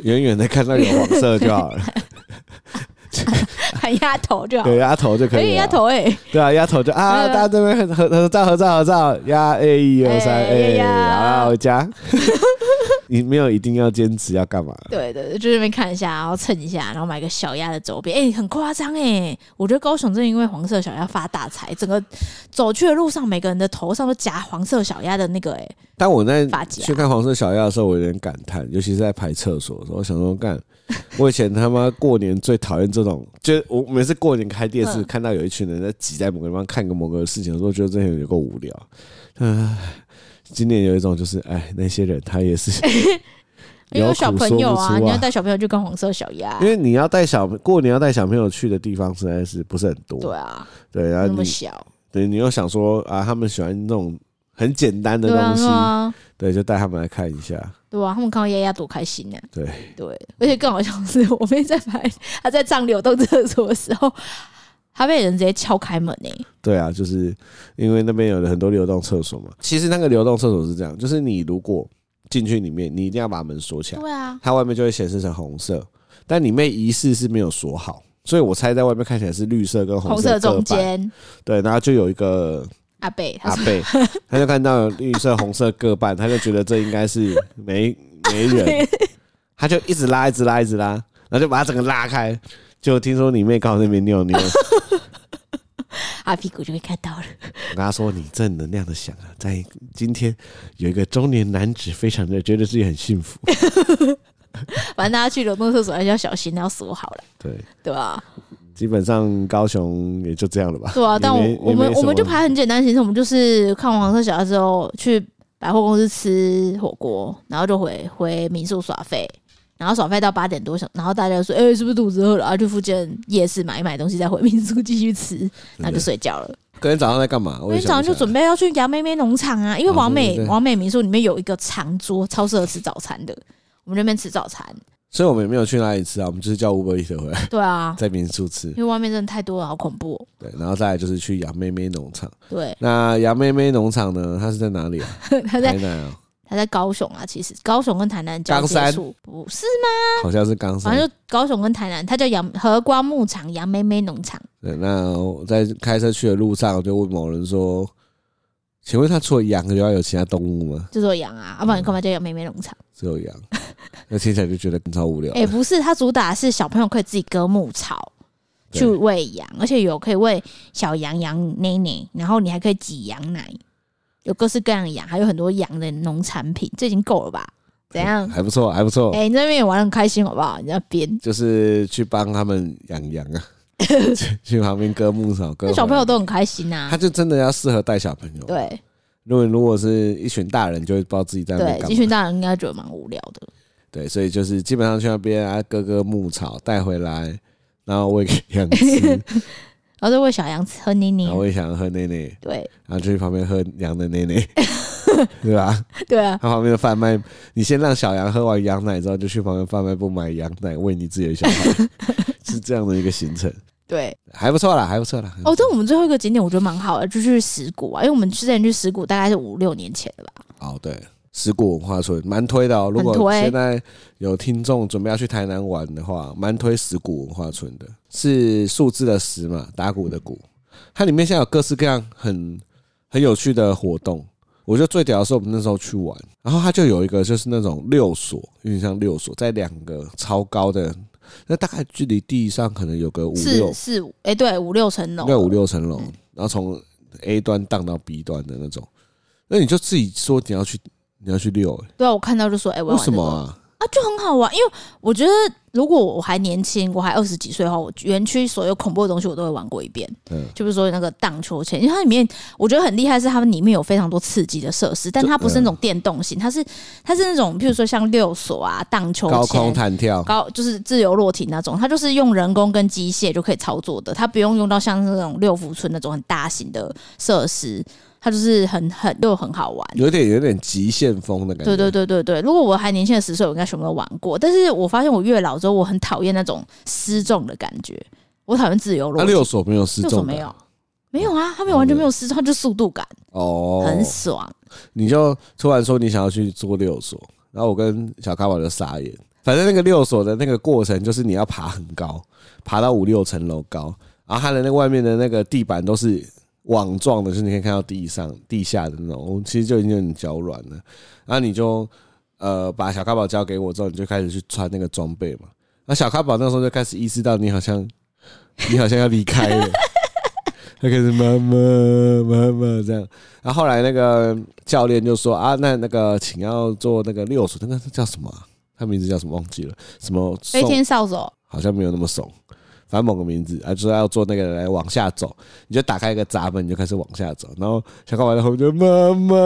[SPEAKER 1] 远远的看到有黄色就
[SPEAKER 2] *laughs*
[SPEAKER 1] 好了，
[SPEAKER 2] 看丫头就好
[SPEAKER 1] 有，鸭头就可
[SPEAKER 2] 哎，
[SPEAKER 1] 以了。啊
[SPEAKER 2] 丫头哎、
[SPEAKER 1] 对啊，丫头就啊，
[SPEAKER 2] 对
[SPEAKER 1] 大
[SPEAKER 2] 啊
[SPEAKER 1] 家这边合合合照合照合照，呀，哎一二三，
[SPEAKER 2] 哎
[SPEAKER 1] 哎，
[SPEAKER 2] 呀
[SPEAKER 1] 好啦，回家。你没有一定要坚持要干嘛？
[SPEAKER 2] 对对，对就这边看一下，然后蹭一下，然后买个小鸭的周边，哎、很夸张哎！我觉得高雄真的因为黄色小鸭发大财，整个走去的路上，每个人的头上都夹黄色小鸭的那个哎、
[SPEAKER 1] 但我在
[SPEAKER 2] 发夹
[SPEAKER 1] 去看黄色小鸭的时候，我有点感叹，尤其是在排厕所的时候，我想说干，我以前他妈过年最讨厌这种，就是我每次过年开电视
[SPEAKER 2] 嗯
[SPEAKER 1] 看到有一群人在挤在某个地方看个某个事情的时候，觉得这些人有够无聊。唉，今年有一种就是，哎，那些人他也是
[SPEAKER 2] 因为有小
[SPEAKER 1] 有苦
[SPEAKER 2] 朋友
[SPEAKER 1] 说不出
[SPEAKER 2] 啊，你要带小朋友去跟黄色小鸭
[SPEAKER 1] 因，为你要带小过年要带小朋友去的地方实在是不是很多，
[SPEAKER 2] 对啊，
[SPEAKER 1] 对，然
[SPEAKER 2] 那
[SPEAKER 1] 后
[SPEAKER 2] 么
[SPEAKER 1] 你
[SPEAKER 2] 小，
[SPEAKER 1] 对你又想说啊，他们喜欢那种很简单的
[SPEAKER 2] 对啊
[SPEAKER 1] 东西，
[SPEAKER 2] 对啊，
[SPEAKER 1] 对，就带他们来看一下，
[SPEAKER 2] 对啊，他们看到鸭鸭多开心呢、
[SPEAKER 1] 对，
[SPEAKER 2] 对，而且更好笑的是， *laughs* 我妹在拍她在上流动厕所的时候，她被人直接敲开门呢、
[SPEAKER 1] 对啊，就是因为那边有很多流动厕所嘛。其实那个流动厕所是这样，就是你如果进去里面，你一定要把门锁起来，
[SPEAKER 2] 对啊，
[SPEAKER 1] 它外面就会显示成红色，但里面疑似是没有锁好，所以我猜在外面看起来是绿色跟
[SPEAKER 2] 红
[SPEAKER 1] 色
[SPEAKER 2] 色
[SPEAKER 1] 各
[SPEAKER 2] 中
[SPEAKER 1] 半，
[SPEAKER 2] 间
[SPEAKER 1] 对，然后就有一个
[SPEAKER 2] 阿贝，他
[SPEAKER 1] 阿
[SPEAKER 2] 是 *laughs*
[SPEAKER 1] 贝，他就看到有绿色、红色各半，他就觉得这应该
[SPEAKER 2] *laughs*
[SPEAKER 1] 是没没人，他就一直拉，一直拉，一直拉，然后就把它整个拉开。就听说你妹刚好在那边尿
[SPEAKER 2] *laughs*
[SPEAKER 1] 尿，
[SPEAKER 2] 阿屁股就会看到了。
[SPEAKER 1] 我跟他说你正能量的想啊，在今天有一个中年男子非常的觉得自己很幸
[SPEAKER 2] *laughs*
[SPEAKER 1] 福，
[SPEAKER 2] 反正大家去流动厕所还是要小心，要锁好了，
[SPEAKER 1] 对，
[SPEAKER 2] 对啊吧、
[SPEAKER 1] 基本上高雄也就这样了吧。
[SPEAKER 2] 对啊，但我
[SPEAKER 1] 也没
[SPEAKER 2] 我
[SPEAKER 1] 也没
[SPEAKER 2] 们
[SPEAKER 1] 什么
[SPEAKER 2] 我们就排很简单的行程，我们就是看完黄色小鸭之后去百货公司吃火锅，然后就回回民宿耍废，然后耍废到八点多想，然后大家就说，哎、是不是肚子饿了？然后去附近夜市买一买东西，再回民宿继续吃，然后就睡觉了。
[SPEAKER 1] 隔天早上在干
[SPEAKER 2] *laughs*
[SPEAKER 1] 嘛？
[SPEAKER 2] 我
[SPEAKER 1] 我
[SPEAKER 2] 今
[SPEAKER 1] 也
[SPEAKER 2] 天早上
[SPEAKER 1] 想不起
[SPEAKER 2] 就
[SPEAKER 1] 来
[SPEAKER 2] 准备要去杨妹妹农场啊，因为
[SPEAKER 1] 哦
[SPEAKER 2] 王
[SPEAKER 1] 对
[SPEAKER 2] 美
[SPEAKER 1] 对对
[SPEAKER 2] 王美民宿里面有一个长桌，超适合吃早餐的。我们那边吃早餐，
[SPEAKER 1] 所以我们也没有去哪里吃啊，我们就是叫 Uber Eats 回来，*laughs*
[SPEAKER 2] 对啊，
[SPEAKER 1] 在民宿吃。
[SPEAKER 2] 因为外面真的太多了，好恐怖、哦。
[SPEAKER 1] 对，然后再来就是去杨妹妹农场。
[SPEAKER 2] 对， *laughs*
[SPEAKER 1] 那杨妹妹农场呢？它是在哪里啊？
[SPEAKER 2] 他在
[SPEAKER 1] 台南啊，
[SPEAKER 2] 他在高雄啊，其实高雄跟台南交
[SPEAKER 1] 冈
[SPEAKER 2] 界
[SPEAKER 1] 山
[SPEAKER 2] 处，不是
[SPEAKER 1] 好像是冈
[SPEAKER 2] 反
[SPEAKER 1] 山。
[SPEAKER 2] 正就高雄跟台南，它叫杨和光牧场、杨妹妹农场。
[SPEAKER 1] 对，那我在开车去的路上，我就问某人说：“请问他除了羊以外有其他动物吗
[SPEAKER 2] 就说羊啊，要、
[SPEAKER 1] 嗯
[SPEAKER 2] 不然你干嘛叫杨妹妹农场？？”
[SPEAKER 1] 只有
[SPEAKER 2] *laughs*
[SPEAKER 1] 羊，那听起来就觉得超无聊。
[SPEAKER 2] 哎、不是，它主打是小朋友可以自己割牧草
[SPEAKER 1] 对
[SPEAKER 2] 去喂羊，而且有可以喂小羊羊奶奶，然后你还可以挤羊奶，有各式各样的羊，还有很多羊的农产品，这已经够了吧？怎样？
[SPEAKER 1] 还不错，还不错
[SPEAKER 2] 哎、，你在那边也玩的很开心，好不好？你那边
[SPEAKER 1] 就是去帮他们养羊
[SPEAKER 2] *laughs*
[SPEAKER 1] 啊，去去旁边割牧草，割
[SPEAKER 2] 那小朋友
[SPEAKER 1] 回来。
[SPEAKER 2] 都很开心啊
[SPEAKER 1] 啊他。就真的要适合带小朋友，
[SPEAKER 2] 对
[SPEAKER 1] 如果如果是一群大人，就会不知道自己在那边
[SPEAKER 2] 对，
[SPEAKER 1] 干
[SPEAKER 2] 一
[SPEAKER 1] 嘛
[SPEAKER 2] 群。大人应该觉得蛮无聊的。
[SPEAKER 1] 对，所以就是基本上去那边啊，割割牧草带回来，然后喂给羊吃，
[SPEAKER 2] 然后就喂小羊吃喝奶奶
[SPEAKER 1] 然。后我也想要喝奶奶，
[SPEAKER 2] 对
[SPEAKER 1] 然后就去旁边喝羊的奶奶，对吧？ *laughs*
[SPEAKER 2] 对啊，
[SPEAKER 1] 他旁边的贩卖，你先让小羊喝完羊奶之后，就去旁边贩卖部买羊奶喂你自己的小孩， *laughs* 是这样的一个行程，
[SPEAKER 2] 对。
[SPEAKER 1] 还不错啦，还不错啦。
[SPEAKER 2] 哦，但我们最后一个景点我觉得蛮好的，就去石鼓啊，因为我们之前去石鼓大概是五六年前了吧。
[SPEAKER 1] 哦，对，石鼓文化村蛮推的哦。如
[SPEAKER 2] 很
[SPEAKER 1] 果
[SPEAKER 2] 推
[SPEAKER 1] 现在有听众准备要去台南玩的话，蛮推石鼓文化村的，是数字的石嘛，打鼓的鼓。它里面现在有各式各样很很有趣的活动。我觉得最屌的是我们那时候去玩，然后它就有一个就是那种六索，有点像六索，在两个超高的，那大概距离地上可能有个五
[SPEAKER 2] 四
[SPEAKER 1] 六
[SPEAKER 2] 四五，哎、对，五六层楼，
[SPEAKER 1] 应该五六层
[SPEAKER 2] 嗯
[SPEAKER 1] 楼，然后从 A 端荡到 B 端的那种。那你就自己说你要去你要去溜、欸
[SPEAKER 2] 对啊，我看到就说，哎、我
[SPEAKER 1] 为
[SPEAKER 2] 要玩
[SPEAKER 1] 什
[SPEAKER 2] 这
[SPEAKER 1] 么
[SPEAKER 2] 个
[SPEAKER 1] 啊？
[SPEAKER 2] 啊，就很好玩，因为我觉得如果我还年轻，我还二十几岁的话，我园区所有恐怖的东西我都会玩过一遍。
[SPEAKER 1] 嗯
[SPEAKER 2] 就比如说那个荡秋千，因为它里面我觉得很厉害，是它们里面有非常多刺激的设施，但它不是那
[SPEAKER 1] 嗯
[SPEAKER 2] 种电动型，它是它是那种，譬如说像六索啊、荡秋
[SPEAKER 1] 高
[SPEAKER 2] 千
[SPEAKER 1] 空、弹跳，
[SPEAKER 2] 高就是自由落体那种，它就是用人工跟机械就可以操作的，它不用用到像那种六福村那种很大型的设施，它就是很很又很好玩。
[SPEAKER 1] 有点有点极限风的感觉。
[SPEAKER 2] 对对对对对，如果我还年轻的十岁，我应该全部都玩过。但是我发现我越老之后，我很讨厌那种失重的感觉，我讨厌自由落
[SPEAKER 1] 那
[SPEAKER 2] 体。
[SPEAKER 1] 六索没有失
[SPEAKER 2] 六
[SPEAKER 1] 重
[SPEAKER 2] 索
[SPEAKER 1] 的，
[SPEAKER 2] 没有， *laughs* 没有啊，他们完全没有失重，它就速度感
[SPEAKER 1] 哦，
[SPEAKER 2] 很爽。
[SPEAKER 1] 你就突然说你想要去做六索，然后我跟小咖宝就傻眼。反正那个六索的那个过程就是你要爬很高，爬到五六层楼高，然后它的那个外面的那个地板都是网状的，就是你可以看到地上、地下的那种，其实就已经有点脚软了。然后你就呃把小咖宝交给我之后，你就开始去穿那个装备嘛。那小咖宝那时候就开始意识到你好像 *laughs* 你好像要离开了， *laughs* 他开始妈妈妈妈这样。然后后来那个教练就说啊，那那个请要做那个六组，那个叫什么啊、他名字叫什么忘记了？什么
[SPEAKER 2] 飞
[SPEAKER 1] 送
[SPEAKER 2] 哎天扫帚，
[SPEAKER 1] 好像没有那么怂，反正某个名字啊，就是要做那个来往下走，你就打开一个闸门，你就开始往下走，然后小高完了后面就妈 *laughs* 妈，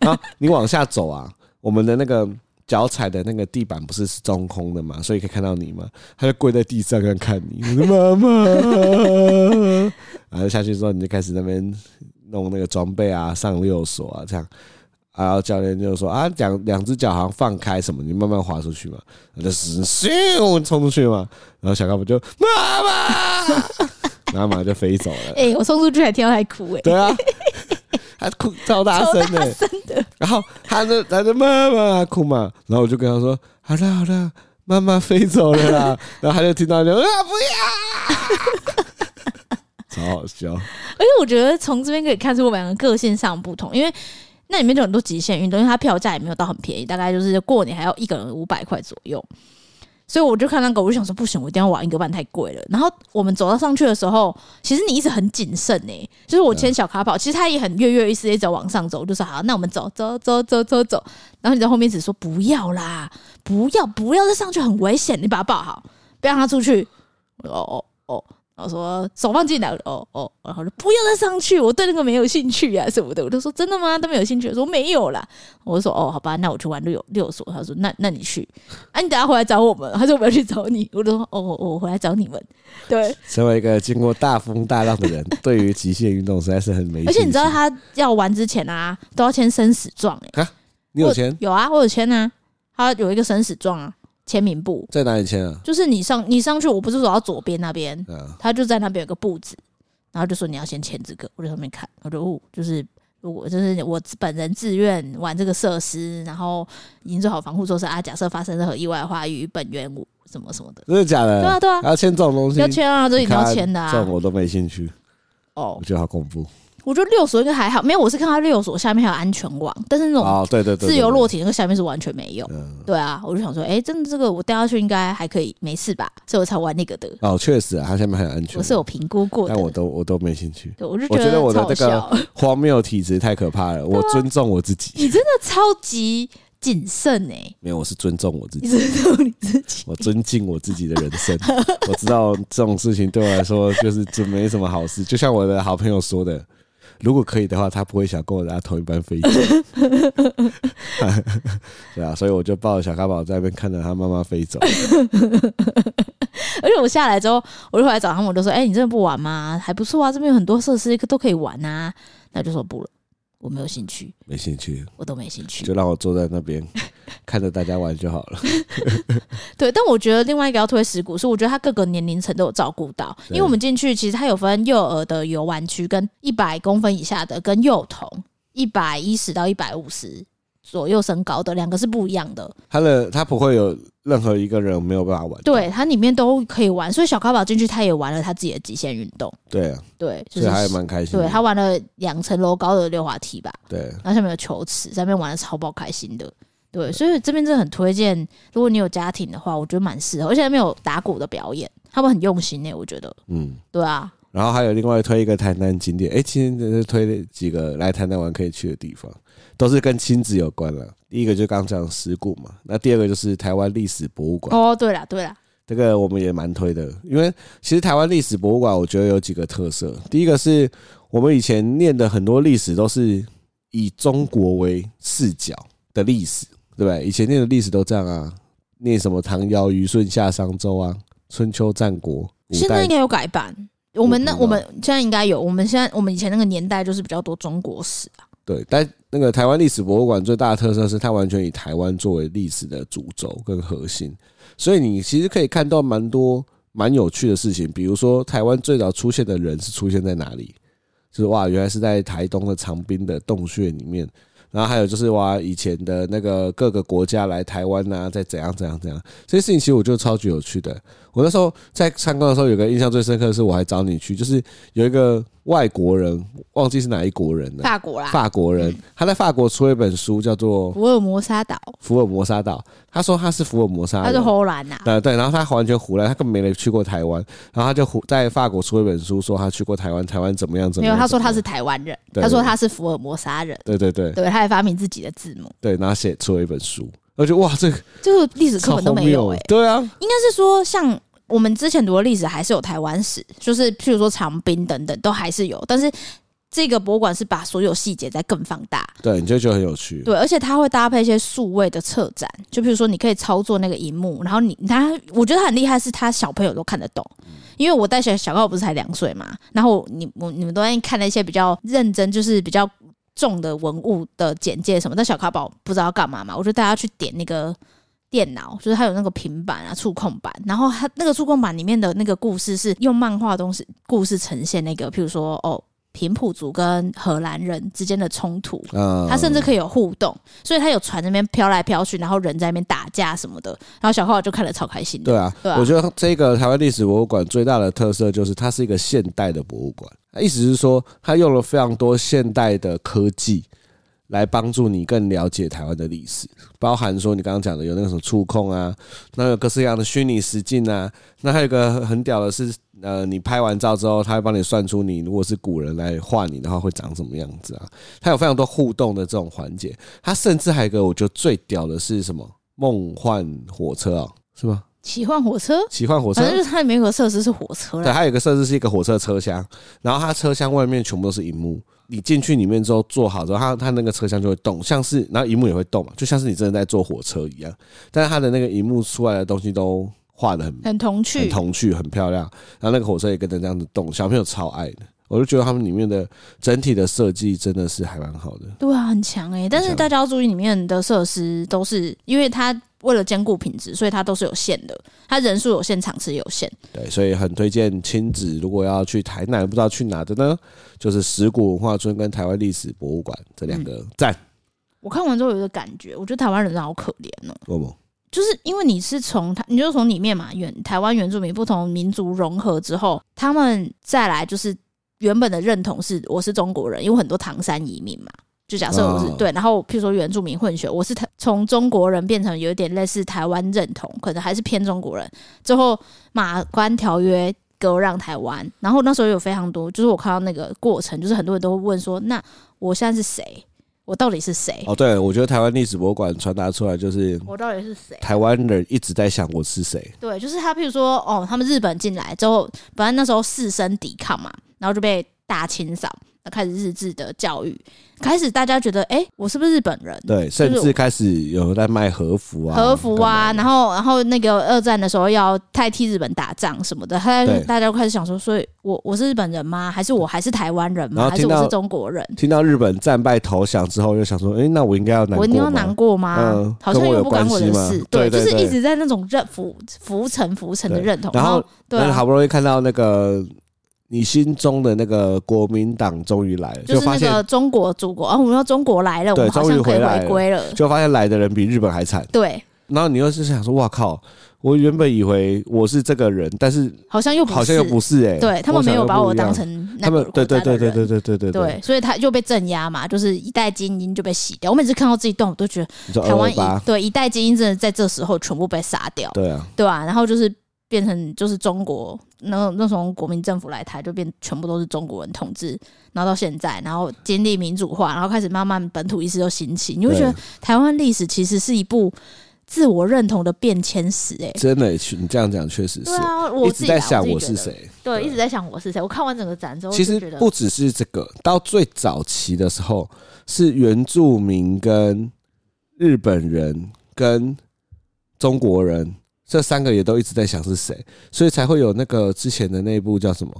[SPEAKER 1] 然后你往下走啊，我们的那个。脚踩的那个地板不是是中空的嘛，所以可以看到你嘛。他就跪在地上这样看你，我说妈妈。然后下去之后，你就开始那边弄那个装备啊，上六索啊这样。然后教练就说啊，两两只脚好像放开什么，你慢慢滑出去嘛。他就咻咻冲出去嘛，然后小高不就妈妈，然后马上就飞走了。 *laughs*
[SPEAKER 2] 哎、我冲出去还听到他哭、哎，
[SPEAKER 1] 对啊，他哭超大
[SPEAKER 2] 超
[SPEAKER 1] 声
[SPEAKER 2] 大
[SPEAKER 1] 的、
[SPEAKER 2] 声的，
[SPEAKER 1] 然后他就他就妈妈哭嘛，然后我就跟他说：“好了好了，妈妈飞走了
[SPEAKER 2] *laughs*
[SPEAKER 1] 啦。”然后他就听到就啊不要，超好笑。
[SPEAKER 2] 而且我觉得从这边可以看出我们两个个性上不同，因为那里面就有很多极限运动，因为它票价也没有到很便宜，大概就是过年还要一个人五百块左右。所以我就看那个，我就想说不行，我一定要玩一个，不然太贵了。然后我们走到上去的时候，其实你一直很谨慎呢、就是我牵小卡跑，其实他也很跃跃欲试，一直往上走，我就说好，那我们走走走走走走。然后你在后面只说不要啦，不要不要再上去很危险，你把它抱好，不要让它出去。我就哦哦哦，然后说手放进来，我就哦哦，然后就不要再上去，我对那个没有兴趣啊什么的。我就说真的吗？都没有兴趣？我说没有啦。我就说哦，好吧，那我去玩六六所。他说那那你去，啊，你等下回来找我们。他说我要去找你。我就说哦，我我回来找你们。对，
[SPEAKER 1] 身为一个经过大风大浪的人，对于极限运动实在是很没。
[SPEAKER 2] 而且你知道，他要玩之前啊，都要签生死状、欸。
[SPEAKER 1] 你有钱
[SPEAKER 2] 我有啊，我有签啊，他有一个生死状啊，签名簿，
[SPEAKER 1] 在哪里签啊？
[SPEAKER 2] 就是你上你上去，我不是走到左边那边，
[SPEAKER 1] 啊，
[SPEAKER 2] 他就在那边有个布子，然后就说你要先签这个，我在上面看，我就哦，就是如果就是我本人自愿玩这个设施，然后已经做好防护措施啊，假设发生任何意外的话，与本园无什么什么的，
[SPEAKER 1] 真的假的？
[SPEAKER 2] 对啊对啊
[SPEAKER 1] 还要签这种东西，
[SPEAKER 2] 要签啊，这一定要签的
[SPEAKER 1] 你看这
[SPEAKER 2] 啊
[SPEAKER 1] 种。我都没兴趣，
[SPEAKER 2] 哦
[SPEAKER 1] 我，觉得好恐怖。
[SPEAKER 2] 我觉得六所应该还好，没有，我是看到六所下面还有安全网，但是那种
[SPEAKER 1] 哦，对对对，对
[SPEAKER 2] 自由落，体那个下面是完全没有。
[SPEAKER 1] 对嗯，
[SPEAKER 2] 对啊，我就想说，哎、真的这个我掉下去应该还可以，没事吧？所以我才玩那个的，
[SPEAKER 1] 哦，确实啊，它下面还有安全
[SPEAKER 2] 我
[SPEAKER 1] 网，
[SPEAKER 2] 是有评估过的
[SPEAKER 1] 但。我都我都没兴趣。
[SPEAKER 2] 对，我就
[SPEAKER 1] 我觉得我的
[SPEAKER 2] 超好
[SPEAKER 1] 这个
[SPEAKER 2] 笑
[SPEAKER 1] 荒谬体质太可怕了，我尊重我自己，
[SPEAKER 2] 你真的超级谨慎哎、
[SPEAKER 1] *laughs* 没有，我是尊重我自
[SPEAKER 2] 你
[SPEAKER 1] 己，
[SPEAKER 2] 尊重你自己。
[SPEAKER 1] 我尊敬我自己的人生。我知道这种事情对我来说就是就没什么好事，就像我的好朋友说的。如果可以的话，他不会想跟我搭同一班飞机， *laughs* 对啊，所以我就抱着小咖宝在那边看着他妈妈飞走。
[SPEAKER 2] 而且我下来之后，我就回来找他们，我就说：“哎、你真的不玩吗？还不错啊，这边有很多设施都可以玩啊。”那就说不了，我没有兴趣，
[SPEAKER 1] 没兴趣，
[SPEAKER 2] 我都没兴趣
[SPEAKER 1] 就。让我坐在那边看着大家玩就好了。
[SPEAKER 2] 对，但我觉得另外一个要推石鼓，是我觉得它各个年龄层都有照顾到，因
[SPEAKER 1] 对
[SPEAKER 2] 为我们进去其实它有分幼儿的游玩区，跟一百公分以下的，跟幼童一百一十到一百五十左右身高的，两个是不一样的。
[SPEAKER 1] 他的他不会有任何一个人没有办法玩。
[SPEAKER 2] 对，它里面都可以玩，所以小咖宝进去他也玩了他自己的极限运动，
[SPEAKER 1] 对啊，
[SPEAKER 2] 对，就
[SPEAKER 1] 所以
[SPEAKER 2] 是
[SPEAKER 1] 他也蛮开心的。
[SPEAKER 2] 对他玩了两层楼高的溜滑梯吧，
[SPEAKER 1] 对，
[SPEAKER 2] 然后下面有球池，在那边玩的超爆开心的。对，所以这边真的很推荐，如果你有家庭的话，我觉得蛮适合，而且那边有打鼓的表演，他们很用心欸呢、我觉得。
[SPEAKER 1] 嗯。
[SPEAKER 2] 对啊，
[SPEAKER 1] 然后还有另外推一个台南景点，哎，今天就是推了几个来台南玩可以去的地方，都是跟亲子有关了。第一个就刚讲的石鼓嘛，那第二个就是台湾历史博物馆，
[SPEAKER 2] 哦，对啦，对啦，
[SPEAKER 1] 这个我们也蛮推的，因为其实台湾历史博物馆我觉得有几个特色，第一个是我们以前念的很多历史都是以中国为视角的历史，对不对？以前念的历史都这样啊，念什么唐尧、虞舜、夏商周啊，春秋战国，古
[SPEAKER 2] 现在
[SPEAKER 1] 代
[SPEAKER 2] 应该有改版。我们那
[SPEAKER 1] 我
[SPEAKER 2] 我
[SPEAKER 1] 不知道
[SPEAKER 2] 们现在应该有，我们现在我们以前那个年代就是比较多中国史啊。
[SPEAKER 1] 对，但那个台湾历史博物馆最大的特色是它完全以台湾作为历史的主轴跟核心，所以你其实可以看到蛮多蛮有趣的事情，比如说台湾最早出现的人是出现在哪里，就是哇，原来是在台东的长滨的洞穴里面。然后还有就是哇，以前的那个各个国家来台湾呐、再怎样怎样怎样，这些事情其实我觉得超级有趣的。我那时候在参观的时候，有个印象最深刻的是，我还找你去，就是有一个外国人，忘记是哪一国人了，
[SPEAKER 2] 法国啦，
[SPEAKER 1] 法国
[SPEAKER 2] *laughs*
[SPEAKER 1] 人，他在法国出了一本书，叫做《
[SPEAKER 2] 福尔摩沙岛，
[SPEAKER 1] 福尔摩沙岛》。他说他是福尔摩沙
[SPEAKER 2] 它
[SPEAKER 1] 人，
[SPEAKER 2] 是荷兰啊呐、
[SPEAKER 1] 呃对，然后他完全胡来，他根本没人去过台湾，然后他就胡在法国出了一本书，说他去过台湾，台湾怎么样怎么
[SPEAKER 2] 没
[SPEAKER 1] 样。
[SPEAKER 2] 有，他说
[SPEAKER 1] 怎么
[SPEAKER 2] 他
[SPEAKER 1] 样
[SPEAKER 2] 是台湾人，
[SPEAKER 1] 对
[SPEAKER 2] 他说他是福尔摩沙人，
[SPEAKER 1] 对对对
[SPEAKER 2] 对，他还发明自己的字母，
[SPEAKER 1] 对，然后写出了一本书，我觉得哇，这个
[SPEAKER 2] 就是历史课
[SPEAKER 1] 超
[SPEAKER 2] 本都
[SPEAKER 1] 荒
[SPEAKER 2] 没有
[SPEAKER 1] 谬
[SPEAKER 2] 哎、
[SPEAKER 1] 的，对啊，
[SPEAKER 2] 应该是说像。我们之前读的历史还是有台湾史，就是譬如说长滨等等都还是有，但是这个博物馆是把所有细节再更放大，
[SPEAKER 1] 对，你就觉得很有趣。
[SPEAKER 2] 对，而且它会搭配一些数位的策展，就比如说你可以操作那个荧幕，然后你它，我觉得它很厉害，是它小朋友都看得懂。因为我带小小高不是才两岁嘛，然后你我你们都在看那些比较认真，就是比较重的文物的简介什么，但小咖宝不知道要干嘛嘛，我就带他去点那个电脑，就是它有那个平板啊触控板，然后它那个触控板里面的那个故事是用漫画东西故事呈现那个，譬如说哦。平埔族跟荷兰人之间的冲突，
[SPEAKER 1] 嗯，
[SPEAKER 2] 它甚至可以有互动，所以它有船那边飘来飘去，然后人在那边打架什么的，然后小花我就看得超开心的。
[SPEAKER 1] 对啊，
[SPEAKER 2] 对啊
[SPEAKER 1] 我觉得这个台湾历史博物馆最大的特色就是它是一个现代的博物馆，意思是说它用了非常多现代的科技来帮助你更了解台湾的历史，包含说你刚刚讲的有那个什么触控啊，那有各式各样的虚拟实境啊，那还有一个很屌的是，呃，你拍完照之后，它会帮你算出你如果是古人来画你的话会长什么样子啊，它有非常多互动的这种环节，它甚至还有一个我觉得最屌的是什么？梦幻火车哦，是吗？
[SPEAKER 2] 奇幻火车，
[SPEAKER 1] 奇幻火车
[SPEAKER 2] 反，正就是它的每个设施是火车啊
[SPEAKER 1] 对，啊
[SPEAKER 2] 啦。
[SPEAKER 1] 它有一个设置是一个火车车厢，然后它车厢外面全部都是荧幕。你进去里面之后坐好之后，它它那个车厢就会动，像是然后荧幕也会动嘛，就像是你真的在坐火车一样。但是它的那个荧幕出来的东西都画的很
[SPEAKER 2] 很童
[SPEAKER 1] 很
[SPEAKER 2] 趣，
[SPEAKER 1] 童趣，很漂亮。然后那个火车也跟着这样子动，小朋友超爱的。我就觉得他们里面的整体的设计真的是还蛮好的。
[SPEAKER 2] 对啊，很强哎、但是
[SPEAKER 1] 强
[SPEAKER 2] 大家要注意，里面的设施都是因为它为了兼顾品质，所以它都是有限的，它人数有限，场次有限。
[SPEAKER 1] 对，所以很推荐亲子，如果要去台南，不知道去哪的呢，就是石鼓文化村跟台湾历史博物馆这两个赞，
[SPEAKER 2] 我看完之后有一个感觉，我觉得台湾人真的好可怜哦、
[SPEAKER 1] 我们
[SPEAKER 2] 就是因为你是从他，你就从里面嘛，原台湾原住民不同民族融合之后，他们再来就是原本的认同是我是中国人，因为很多唐山移民嘛，就假设我是、
[SPEAKER 1] 哦
[SPEAKER 2] 对，然后譬如说原住民混血，我是台从中国人变成有点类似台湾认同，可能还是偏中国人。之后马关条约割让台湾，然后那时候有非常多，就是我看到那个过程，就是很多人都会问说，那我现在是谁？我到底是谁？
[SPEAKER 1] 哦，对，我觉得台湾历史博物馆传达出来就是
[SPEAKER 2] 我到底是谁？
[SPEAKER 1] 台湾人一直在想我是谁，
[SPEAKER 2] 对，就是他，譬如说，哦，他们日本进来之后，本来那时候士绅抵抗嘛，然后就被大清扫，那开始日治的教育，开始大家觉得，哎、我是不是日本人？
[SPEAKER 1] 对，甚
[SPEAKER 2] 就是
[SPEAKER 1] 至开始有人在卖和服啊，
[SPEAKER 2] 和服啊，
[SPEAKER 1] 干嘛
[SPEAKER 2] 然后然后那个二战的时候要代替日本打仗什么的，他
[SPEAKER 1] 对
[SPEAKER 2] 大家就开始想说，所以我我是日本人吗？还是我还是台湾人
[SPEAKER 1] 然
[SPEAKER 2] 吗？
[SPEAKER 1] 后
[SPEAKER 2] 还是
[SPEAKER 1] 听到
[SPEAKER 2] 我是中国人
[SPEAKER 1] 的？听到日本战败投降之后，又想说，哎、那我应该要难
[SPEAKER 2] 我
[SPEAKER 1] 过
[SPEAKER 2] 一定要难
[SPEAKER 1] 吗？
[SPEAKER 2] 过吗？
[SPEAKER 1] 嗯
[SPEAKER 2] 好像
[SPEAKER 1] 跟我
[SPEAKER 2] 又
[SPEAKER 1] 有
[SPEAKER 2] 不关我的
[SPEAKER 1] 关系吗
[SPEAKER 2] 事，
[SPEAKER 1] 对对
[SPEAKER 2] 就是
[SPEAKER 1] 对
[SPEAKER 2] 一直在那种认浮浮沉浮沉的
[SPEAKER 1] 对
[SPEAKER 2] 认同，
[SPEAKER 1] 然后
[SPEAKER 2] 对、
[SPEAKER 1] 但
[SPEAKER 2] 啊，
[SPEAKER 1] 好不容易看到那个你心中的那个国民党终于来了，
[SPEAKER 2] 就是
[SPEAKER 1] 发
[SPEAKER 2] 那
[SPEAKER 1] 现
[SPEAKER 2] 个中国祖国，哦，我们要中国来了，我
[SPEAKER 1] 对
[SPEAKER 2] 们好像可
[SPEAKER 1] 终
[SPEAKER 2] 以
[SPEAKER 1] 于回来
[SPEAKER 2] 回归了。
[SPEAKER 1] 就发现来的人比日本还惨，
[SPEAKER 2] 对，
[SPEAKER 1] 然后你又是想说，哇靠，我原本以为我是这个人，但是
[SPEAKER 2] 好像又不是，
[SPEAKER 1] 好像又不是哎、
[SPEAKER 2] 对他们
[SPEAKER 1] 我
[SPEAKER 2] 没
[SPEAKER 1] 想
[SPEAKER 2] 有
[SPEAKER 1] 又
[SPEAKER 2] 把
[SPEAKER 1] 不
[SPEAKER 2] 我
[SPEAKER 1] 一样
[SPEAKER 2] 当成那
[SPEAKER 1] 他
[SPEAKER 2] 个
[SPEAKER 1] 们对对对对对对
[SPEAKER 2] 对
[SPEAKER 1] 对对
[SPEAKER 2] 对，所以他就被镇压嘛，就是一代精英就被洗掉。我每次看到这一段，我都觉得
[SPEAKER 1] 你说
[SPEAKER 2] 台湾
[SPEAKER 1] 二
[SPEAKER 2] 一
[SPEAKER 1] 八，
[SPEAKER 2] 对一代精英真的在这时候全部被杀掉，
[SPEAKER 1] 对啊，
[SPEAKER 2] 对吧、然后就是变成就是中国那那从国民政府来台就变全部都是中国人统治，然后到现在，然后经历民主化，然后开始慢慢本土意识都兴起，你会觉得
[SPEAKER 1] 对
[SPEAKER 2] 台湾历史其实是一部自我认同的变迁史、欸，
[SPEAKER 1] 真的，你这样讲确实是
[SPEAKER 2] 对。啊，我
[SPEAKER 1] 一
[SPEAKER 2] 自
[SPEAKER 1] 直
[SPEAKER 2] 己啦
[SPEAKER 1] 在想我
[SPEAKER 2] 自己
[SPEAKER 1] 是
[SPEAKER 2] 觉得，
[SPEAKER 1] 谁。
[SPEAKER 2] 对，
[SPEAKER 1] 对
[SPEAKER 2] 一直在想我是谁。我看完整个展之后，
[SPEAKER 1] 其
[SPEAKER 2] 就
[SPEAKER 1] 实
[SPEAKER 2] 觉得
[SPEAKER 1] 不只是这个，到最早期的时候，是原住民跟日本人跟中国人这三个也都一直在想是谁，所以才会有那个之前的那部叫什么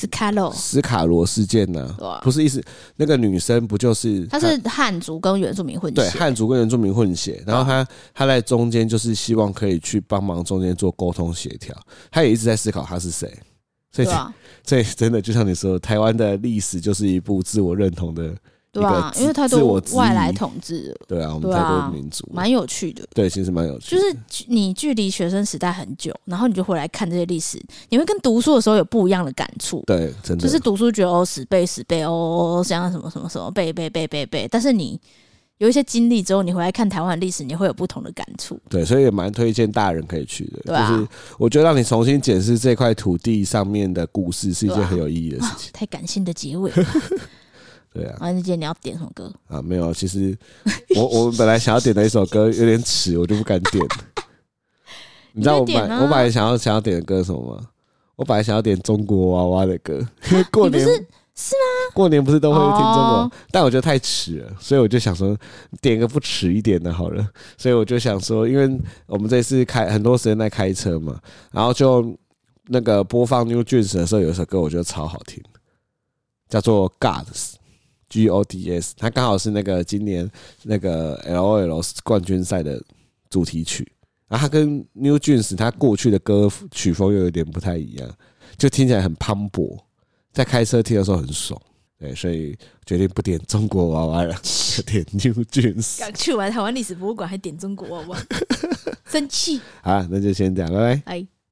[SPEAKER 2] 是 Carlo，
[SPEAKER 1] 斯卡罗事件呢、
[SPEAKER 2] 哦对啊
[SPEAKER 1] 不是意思，那个女生不就是
[SPEAKER 2] 他是汉族跟原住民混
[SPEAKER 1] 对
[SPEAKER 2] 血，
[SPEAKER 1] 汉族跟原住民混
[SPEAKER 2] 啊
[SPEAKER 1] 血，然后他他在中间就是希望可以去帮忙中间做沟通协调，他也一直在思考他是谁，所
[SPEAKER 2] 对啊
[SPEAKER 1] 以
[SPEAKER 2] 吧？
[SPEAKER 1] *laughs* 所以真的就像你说，台湾的历史就是一部自我认同的，
[SPEAKER 2] 对吧？
[SPEAKER 1] 一个
[SPEAKER 2] 因为太
[SPEAKER 1] 自自
[SPEAKER 2] 多
[SPEAKER 1] 我质疑
[SPEAKER 2] 外来统治了，
[SPEAKER 1] 对啊，我们
[SPEAKER 2] 对
[SPEAKER 1] 太多
[SPEAKER 2] 啊
[SPEAKER 1] 民族了，
[SPEAKER 2] 蛮有趣的。
[SPEAKER 1] 对，其实蛮有趣
[SPEAKER 2] 就
[SPEAKER 1] 的，
[SPEAKER 2] 是你距离学生时代很久，然后你就回来看这些历史，你会跟读书的时候有不一样的感触。
[SPEAKER 1] 对，真的
[SPEAKER 2] 就是读书觉得哦死背死背哦哦哦这样什么什么什么背背背背背，但是你有一些经历之后，你回来看台湾的历史，你会有不同的感触。
[SPEAKER 1] 对，所以也蛮推荐大人可以去的，
[SPEAKER 2] 对啊
[SPEAKER 1] 就是我觉得让你重新检视这块土地上面的故事是一
[SPEAKER 2] 啊
[SPEAKER 1] 件很有意义的事情，
[SPEAKER 2] 太感性的结尾了，
[SPEAKER 1] 对啊，
[SPEAKER 2] 啊！那今天你要点什么歌？
[SPEAKER 1] 啊，没有，其实我我本来想要点的一首
[SPEAKER 2] *laughs*
[SPEAKER 1] 歌有点迟，我就不敢点。你知道我
[SPEAKER 2] 你可以
[SPEAKER 1] 本
[SPEAKER 2] 点
[SPEAKER 1] 来、
[SPEAKER 2] 啊
[SPEAKER 1] 我本来想要想要点的歌是什么吗？我本来想要点中国娃娃的歌，因为过
[SPEAKER 2] 你不
[SPEAKER 1] 年
[SPEAKER 2] 是
[SPEAKER 1] 吗？过年不是都会听中国，
[SPEAKER 2] 哦
[SPEAKER 1] 但我觉得太迟了，所以我就想说点个不迟一点的好了。所以我就想说，因为我们这次开很多时间在开车嘛，然后就那个播放 New Jeans 的时候，有一首歌我觉得超好听，叫做 Gods。G O D S，它刚好是那个今年那个 L O L 冠军赛的主题曲，然后它跟 New Jeans 它过去的歌曲风又有点不太一样，就听起来很磅礴，在开车听的时候很爽，对，所以决定不点中国娃娃了， *laughs* 就点 New Jeans。
[SPEAKER 2] 刚去完台湾历史博物馆还点中国娃娃，生气
[SPEAKER 1] 好，那就先这样，拜拜。
[SPEAKER 2] 哎。